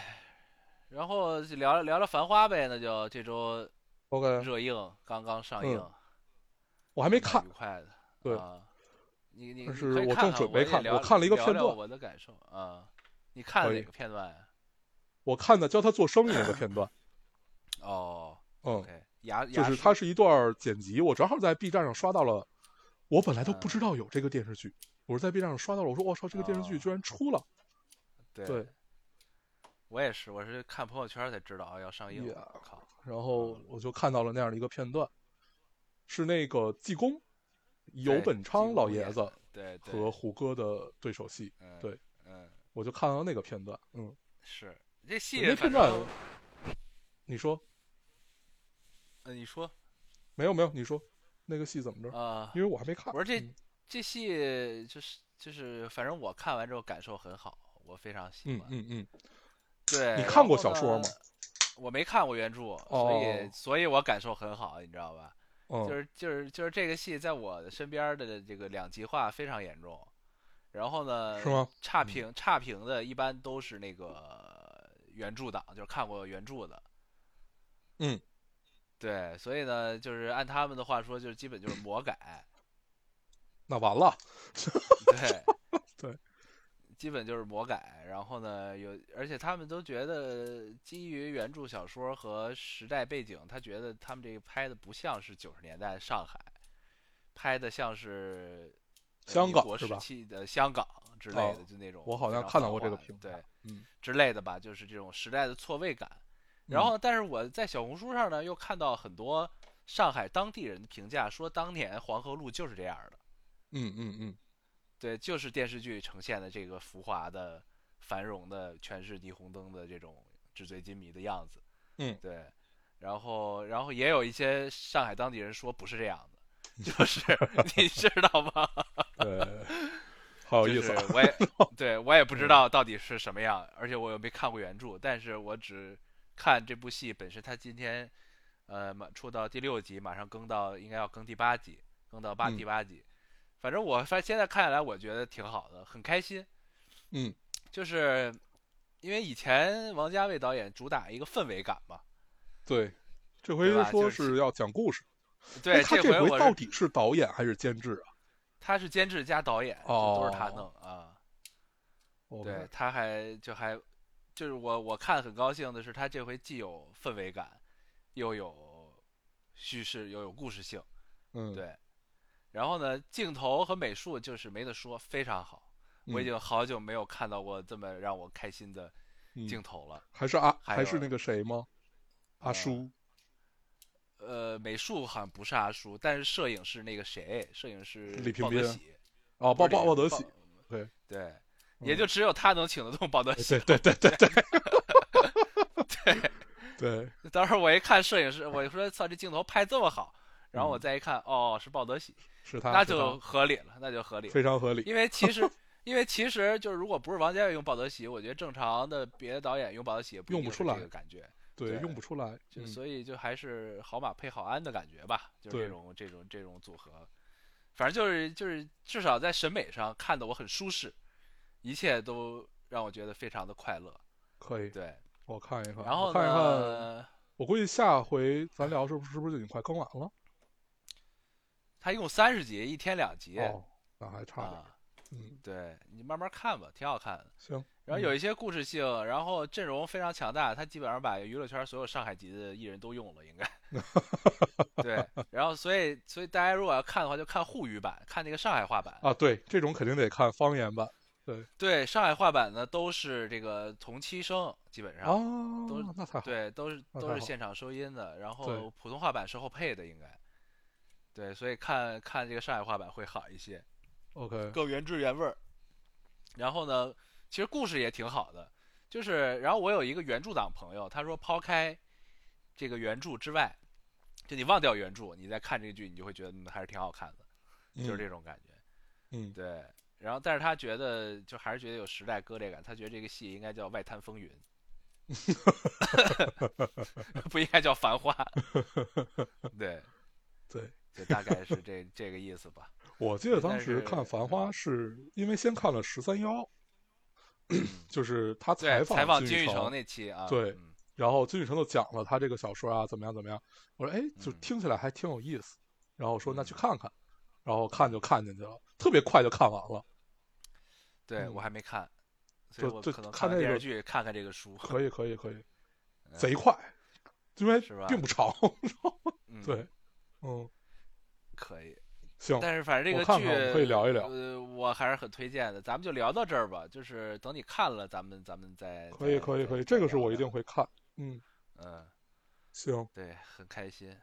Speaker 2: 然后就聊聊聊《繁花》呗，那就这周
Speaker 3: OK，
Speaker 2: 热映刚刚上
Speaker 3: 嗯
Speaker 2: 映，
Speaker 3: 我还
Speaker 2: 还
Speaker 3: 没看
Speaker 2: 愉，快的，
Speaker 3: 对
Speaker 2: 啊，你你
Speaker 3: 但
Speaker 2: 你
Speaker 3: 是
Speaker 2: 可以
Speaker 3: 我
Speaker 2: 看
Speaker 3: 正
Speaker 2: 看
Speaker 3: 准备
Speaker 2: 也
Speaker 3: 看
Speaker 2: 聊
Speaker 3: 我看了一个
Speaker 2: 聊
Speaker 3: 片
Speaker 2: 聊
Speaker 3: 段
Speaker 2: 我的感受啊，你看了
Speaker 3: 可
Speaker 2: 哪
Speaker 3: 以
Speaker 2: 个片段啊呀？
Speaker 3: 我看的教他做生意那个片段。
Speaker 2: 哦
Speaker 3: 嗯，
Speaker 2: ，OK，牙
Speaker 3: 就
Speaker 2: 牙
Speaker 3: 是
Speaker 2: 叔嗯
Speaker 3: 它是一段剪辑，我正好在 B 站上刷到了，我本来都不知道有这个电视剧，我是在 B 站上刷到了，我说我操，这个电视剧
Speaker 2: 哦
Speaker 3: 居然出了，
Speaker 2: 对
Speaker 3: 对
Speaker 2: 我也是，我是看朋友圈才知道啊要上映了。
Speaker 3: Yeah
Speaker 2: 靠，
Speaker 3: 然后
Speaker 2: 嗯
Speaker 3: 我就看到了那样的一个片段，是那个济公游
Speaker 2: 对
Speaker 3: 本
Speaker 2: 济
Speaker 3: 昌老
Speaker 2: 公
Speaker 3: 爷
Speaker 2: 演
Speaker 3: 子
Speaker 2: 的对对
Speaker 3: 和胡歌的对手戏，
Speaker 2: 嗯
Speaker 3: 对
Speaker 2: 嗯
Speaker 3: 我就看到那个片段，嗯，
Speaker 2: 是这戏
Speaker 3: 那
Speaker 2: 反
Speaker 3: 片
Speaker 2: 正
Speaker 3: 段，你说
Speaker 2: 呃你说
Speaker 3: 没有没有，你说那个戏怎么着？
Speaker 2: 啊，
Speaker 3: 因为我还没看。
Speaker 2: 我说这
Speaker 3: 嗯
Speaker 2: 这戏就是就是，反正我看完之后感受很好，我非常喜
Speaker 3: 嗯
Speaker 2: 欢。
Speaker 3: 嗯嗯，
Speaker 2: 对，
Speaker 3: 你
Speaker 2: 然
Speaker 3: 看过
Speaker 2: 后
Speaker 3: 小说
Speaker 2: 呢
Speaker 3: 吗？
Speaker 2: 我没看过原著，所以
Speaker 3: 哦
Speaker 2: 所以我感受很好，你知道吧？
Speaker 3: 嗯，
Speaker 2: 就是就是就是这个戏在我的身边儿的这个两极化非常严重，然后呢，
Speaker 3: 是吗？嗯
Speaker 2: 差评差评的一般都是那个原著党，就是看过原著的。
Speaker 3: 嗯，
Speaker 2: 对，所以呢，就是按他们的话说，就是基本就是魔改，
Speaker 3: 那完了，
Speaker 2: 对
Speaker 3: 对，
Speaker 2: 基本就是魔改。然后呢，有而且他们都觉得基于原著小说和时代背景，他觉得他们这个拍的不像是九十年代上海，拍的像是呃
Speaker 3: 香
Speaker 2: 民
Speaker 3: 港
Speaker 2: 国
Speaker 3: 是
Speaker 2: 时
Speaker 3: 吧
Speaker 2: 期的香港之类的，
Speaker 3: 哦
Speaker 2: 就那种
Speaker 3: 我好
Speaker 2: 非
Speaker 3: 像
Speaker 2: 常
Speaker 3: 看到
Speaker 2: 繁
Speaker 3: 过这个
Speaker 2: 华
Speaker 3: 评
Speaker 2: 对
Speaker 3: 价嗯
Speaker 2: 之类的吧，就是这种时代的错位感。然
Speaker 3: 嗯
Speaker 2: 后，但是我在小红书上呢，又看到很多上海当地人的评价，说当年黄河路就是这样的。
Speaker 3: 嗯嗯嗯，
Speaker 2: 对，就是电视剧呈现的这个浮华的、繁荣的、全是霓虹灯的这种纸醉金迷的样子。
Speaker 3: 嗯
Speaker 2: 对。然后，然后也有一些上海当地人说不是这样的，就是 你知道吗？
Speaker 3: 对，好有意思啊。嗯
Speaker 2: 就是我也对我也不知道到底是什么样，而且我又没看过原著，但是我只看这部戏本身。它今天呃马出到第六集，马上更到应该要更第八集，更到八
Speaker 3: 嗯
Speaker 2: 第八集。反正我发现在看下来，我觉得挺好的，很开心。
Speaker 3: 嗯，
Speaker 2: 就是因为以前王家卫导演主打一个氛围感嘛，
Speaker 3: 对，这回
Speaker 2: 对吧
Speaker 3: 说
Speaker 2: 就是
Speaker 3: 要讲故事。
Speaker 2: 对，
Speaker 3: 哎他
Speaker 2: 回
Speaker 3: 回
Speaker 2: 我
Speaker 3: 到
Speaker 2: 是
Speaker 3: 底是导演还是监制啊？
Speaker 2: 他是监制加导演，就都是他
Speaker 3: 哦
Speaker 2: 弄啊。
Speaker 3: 我
Speaker 2: 对
Speaker 3: 看，，
Speaker 2: 他还就还就是我我看很高兴的是，他这回既有氛围感，又有叙事，又有故事性，
Speaker 3: 嗯，
Speaker 2: 对。然后呢，镜头和美术就是没得说，非常好。我已
Speaker 3: 嗯
Speaker 2: 经好久没有看到过这么让我开心的
Speaker 3: 嗯
Speaker 2: 镜头了。
Speaker 3: 还是阿
Speaker 2: 还
Speaker 3: 还是
Speaker 2: 有
Speaker 3: 那个谁吗？阿
Speaker 2: 呃
Speaker 3: 叔，
Speaker 2: 呃，美术好像不是阿叔，但是摄影是那个谁，摄影是
Speaker 3: 李
Speaker 2: 鲍
Speaker 3: 平
Speaker 2: 德
Speaker 3: 斌
Speaker 2: 喜，
Speaker 3: 哦，鲍鲍
Speaker 2: 不是这
Speaker 3: 鲍
Speaker 2: 个
Speaker 3: 德
Speaker 2: 人
Speaker 3: 喜，对嗯
Speaker 2: 对，也就只有他能请得动鲍德喜
Speaker 3: 对。对对对对 对对，
Speaker 2: 当时我一看摄影师，我就说：“操，这镜头拍这么好。”然后我
Speaker 3: 嗯
Speaker 2: 再一看，哦，是鲍德喜，
Speaker 3: 是他，
Speaker 2: 那
Speaker 3: 是他
Speaker 2: 就合理了，那就合理了。
Speaker 3: 非常合理。
Speaker 2: 因为其实， 因为其实就是，如果不是王家卫用鲍德喜，我觉得正常的别的导演用鲍德喜也
Speaker 3: 用
Speaker 2: 一定
Speaker 3: 不
Speaker 2: 是
Speaker 3: 出来
Speaker 2: 这个感觉，
Speaker 3: 对，
Speaker 2: 对
Speaker 3: 用不出来。
Speaker 2: 就
Speaker 3: 嗯
Speaker 2: 所以就还是好马配好鞍的感觉吧，就是
Speaker 3: 对
Speaker 2: 这种这种这种组合，反正就是就是至少在审美上看的我很舒适，一切都让我觉得非常的快乐。
Speaker 3: 可以，
Speaker 2: 对，
Speaker 3: 我看一看，
Speaker 2: 然后
Speaker 3: 我看一看。
Speaker 2: 呢，
Speaker 3: 我估计下回咱聊是不是是不是就已经快更完了？
Speaker 2: 他一共三十集，一天两集。
Speaker 3: 哦，那还差点。
Speaker 2: 啊，
Speaker 3: 嗯，
Speaker 2: 对你慢慢看吧，挺好看的。
Speaker 3: 行。
Speaker 2: 然后
Speaker 3: 嗯
Speaker 2: 有一些故事性，然后阵容非常强大，他基本上把娱乐圈所有上海籍的艺人都用了，应该。 对，然后所以所以大家如果要看的话，就看沪语版，看那个上海话版。
Speaker 3: 啊，对，这种肯定得看方言版
Speaker 2: 对，上海话版呢都是这个同期声，基本上、
Speaker 3: 啊
Speaker 2: 都是，
Speaker 3: 那才好。
Speaker 2: 对都是
Speaker 3: 那
Speaker 2: 都
Speaker 3: 太
Speaker 2: 是
Speaker 3: 好
Speaker 2: 现场收音的，然
Speaker 3: 对
Speaker 2: 后普通话版是后配的，应该。对，所以看看这个上海话版会好一些。
Speaker 3: OK，
Speaker 2: 更原汁原味儿。然后呢，其实故事也挺好的，就是然后我有一个原著党朋友，他说抛开这个原著之外，就你忘掉原著，你再看这个剧，你就会觉得嗯还是挺好看的，就是这种感觉。
Speaker 3: 嗯，嗯，
Speaker 2: 对，然后但是他觉得就还是觉得有时代割裂感，他觉得这个戏应该叫《外滩风云》， 不应该叫《繁花》对，
Speaker 3: 对。
Speaker 2: 就大概是这这个意思吧。
Speaker 3: 我记得
Speaker 2: 对
Speaker 3: 当
Speaker 2: 但
Speaker 3: 时看《
Speaker 2: 是
Speaker 3: 繁花》是因为先看了十三幺， 就是他
Speaker 2: 嗯对，
Speaker 3: 访
Speaker 2: 采访
Speaker 3: 金
Speaker 2: 金
Speaker 3: 宇
Speaker 2: 宇
Speaker 3: 澄
Speaker 2: 那期啊，
Speaker 3: 对
Speaker 2: 嗯
Speaker 3: 然后金宇澄就讲了他这个小说啊，怎么样怎么样。我说哎，就
Speaker 2: 嗯
Speaker 3: 听起来还挺有意思。然后说那
Speaker 2: 嗯
Speaker 3: 去看看，然后看就看进去了，特别快就看完了。
Speaker 2: 对，
Speaker 3: 嗯
Speaker 2: 我还没看，所以
Speaker 3: 就
Speaker 2: 我
Speaker 3: 就
Speaker 2: 可能
Speaker 3: 看
Speaker 2: 完
Speaker 3: 那
Speaker 2: 电
Speaker 3: 个
Speaker 2: 视剧，看看这个书。
Speaker 3: 可以，可以，可以，
Speaker 2: 嗯
Speaker 3: 贼快，因为
Speaker 2: 是吧
Speaker 3: 并不长。
Speaker 2: 嗯
Speaker 3: 对，嗯，
Speaker 2: 可以。
Speaker 3: 行，
Speaker 2: 但是反正这
Speaker 3: 我
Speaker 2: 个
Speaker 3: 看
Speaker 2: 剧
Speaker 3: 看我们可以聊一聊
Speaker 2: 呃，我还是很推荐的。咱们就聊到这儿吧，就是等你看了，咱们咱们再
Speaker 3: 可以
Speaker 2: 再
Speaker 3: 可以
Speaker 2: 再
Speaker 3: 可以，
Speaker 2: 再
Speaker 3: 这个是
Speaker 2: 聊
Speaker 3: 我一
Speaker 2: 的
Speaker 3: 定会看。嗯，
Speaker 2: 嗯，
Speaker 3: 行，
Speaker 2: 对，很开心。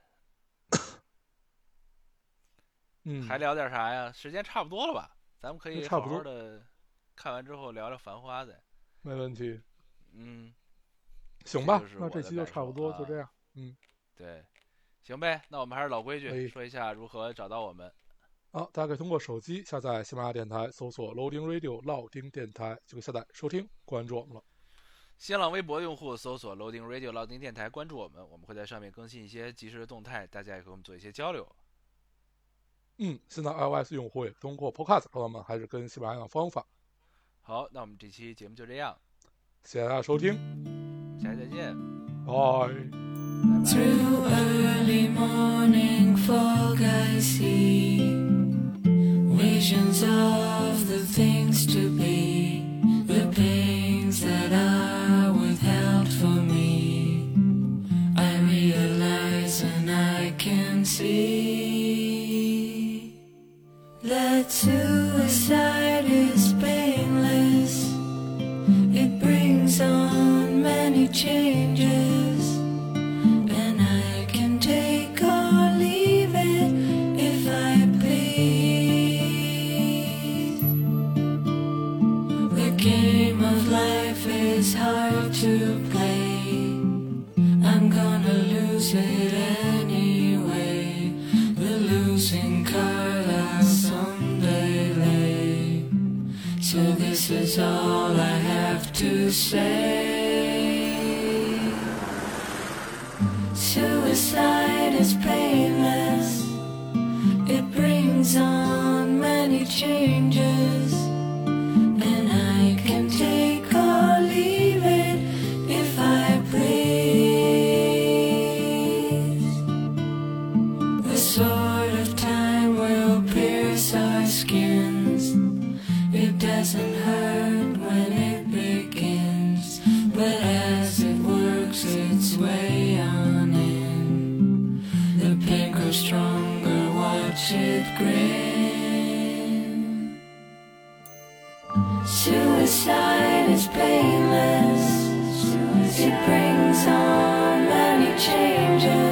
Speaker 3: 嗯，
Speaker 2: 还聊点啥呀？时间差不多了吧？咱们可以
Speaker 3: 差
Speaker 2: 好
Speaker 3: 不
Speaker 2: 好
Speaker 3: 多
Speaker 2: 的看完之后聊聊《繁花》再。
Speaker 3: 没问题，
Speaker 2: 嗯，
Speaker 3: 行
Speaker 2: 这
Speaker 3: 吧
Speaker 2: 就？是
Speaker 3: 那
Speaker 2: 我
Speaker 3: 这
Speaker 2: 的
Speaker 3: 期就
Speaker 2: 感
Speaker 3: 差
Speaker 2: 受
Speaker 3: 不多就
Speaker 2: 啊
Speaker 3: 这样。
Speaker 2: 对，行呗。那我们还是老规
Speaker 3: 可以
Speaker 2: 矩，说一下如何找到我们。
Speaker 3: 好，大家可以通过手机下载喜马拉雅电台，搜索 Loading Radio 老丁电台就可以下载收听，关注我们了。
Speaker 2: 新浪微博用户搜索 Loading Radio 老丁电台，关注我们，我们会在上面更新一些及时的动态，大家也和我们做一些交流。
Speaker 3: 嗯，现在 iOS 用户也通过 Podcast 朋友们还是跟喜马拉雅一样的方法。
Speaker 2: 好，那我们这期节目就这样，
Speaker 3: 谢谢大家收听，
Speaker 2: 我们下期再见，
Speaker 3: 拜。
Speaker 2: 拜拜。
Speaker 4: Through early morning fog, I see visions of the things to be, the pains that are withheld for me. I realize and I can see that suicide is painless. It brings on many changes. And I can take or leave it if I please. The game of life is hard to play. I'm gonna lose it anyway. The losing card I'll someday lay. So this is all I have to say. Suicide is painless. It brings on many changes. And I can take or leave it if I please. The sword of time will pierce our skins. It doesn't hurt when it begins, but as it works its way on in, the pain grows stronger, watch it grin. Suicide is painless, it brings on many changes. "Oh,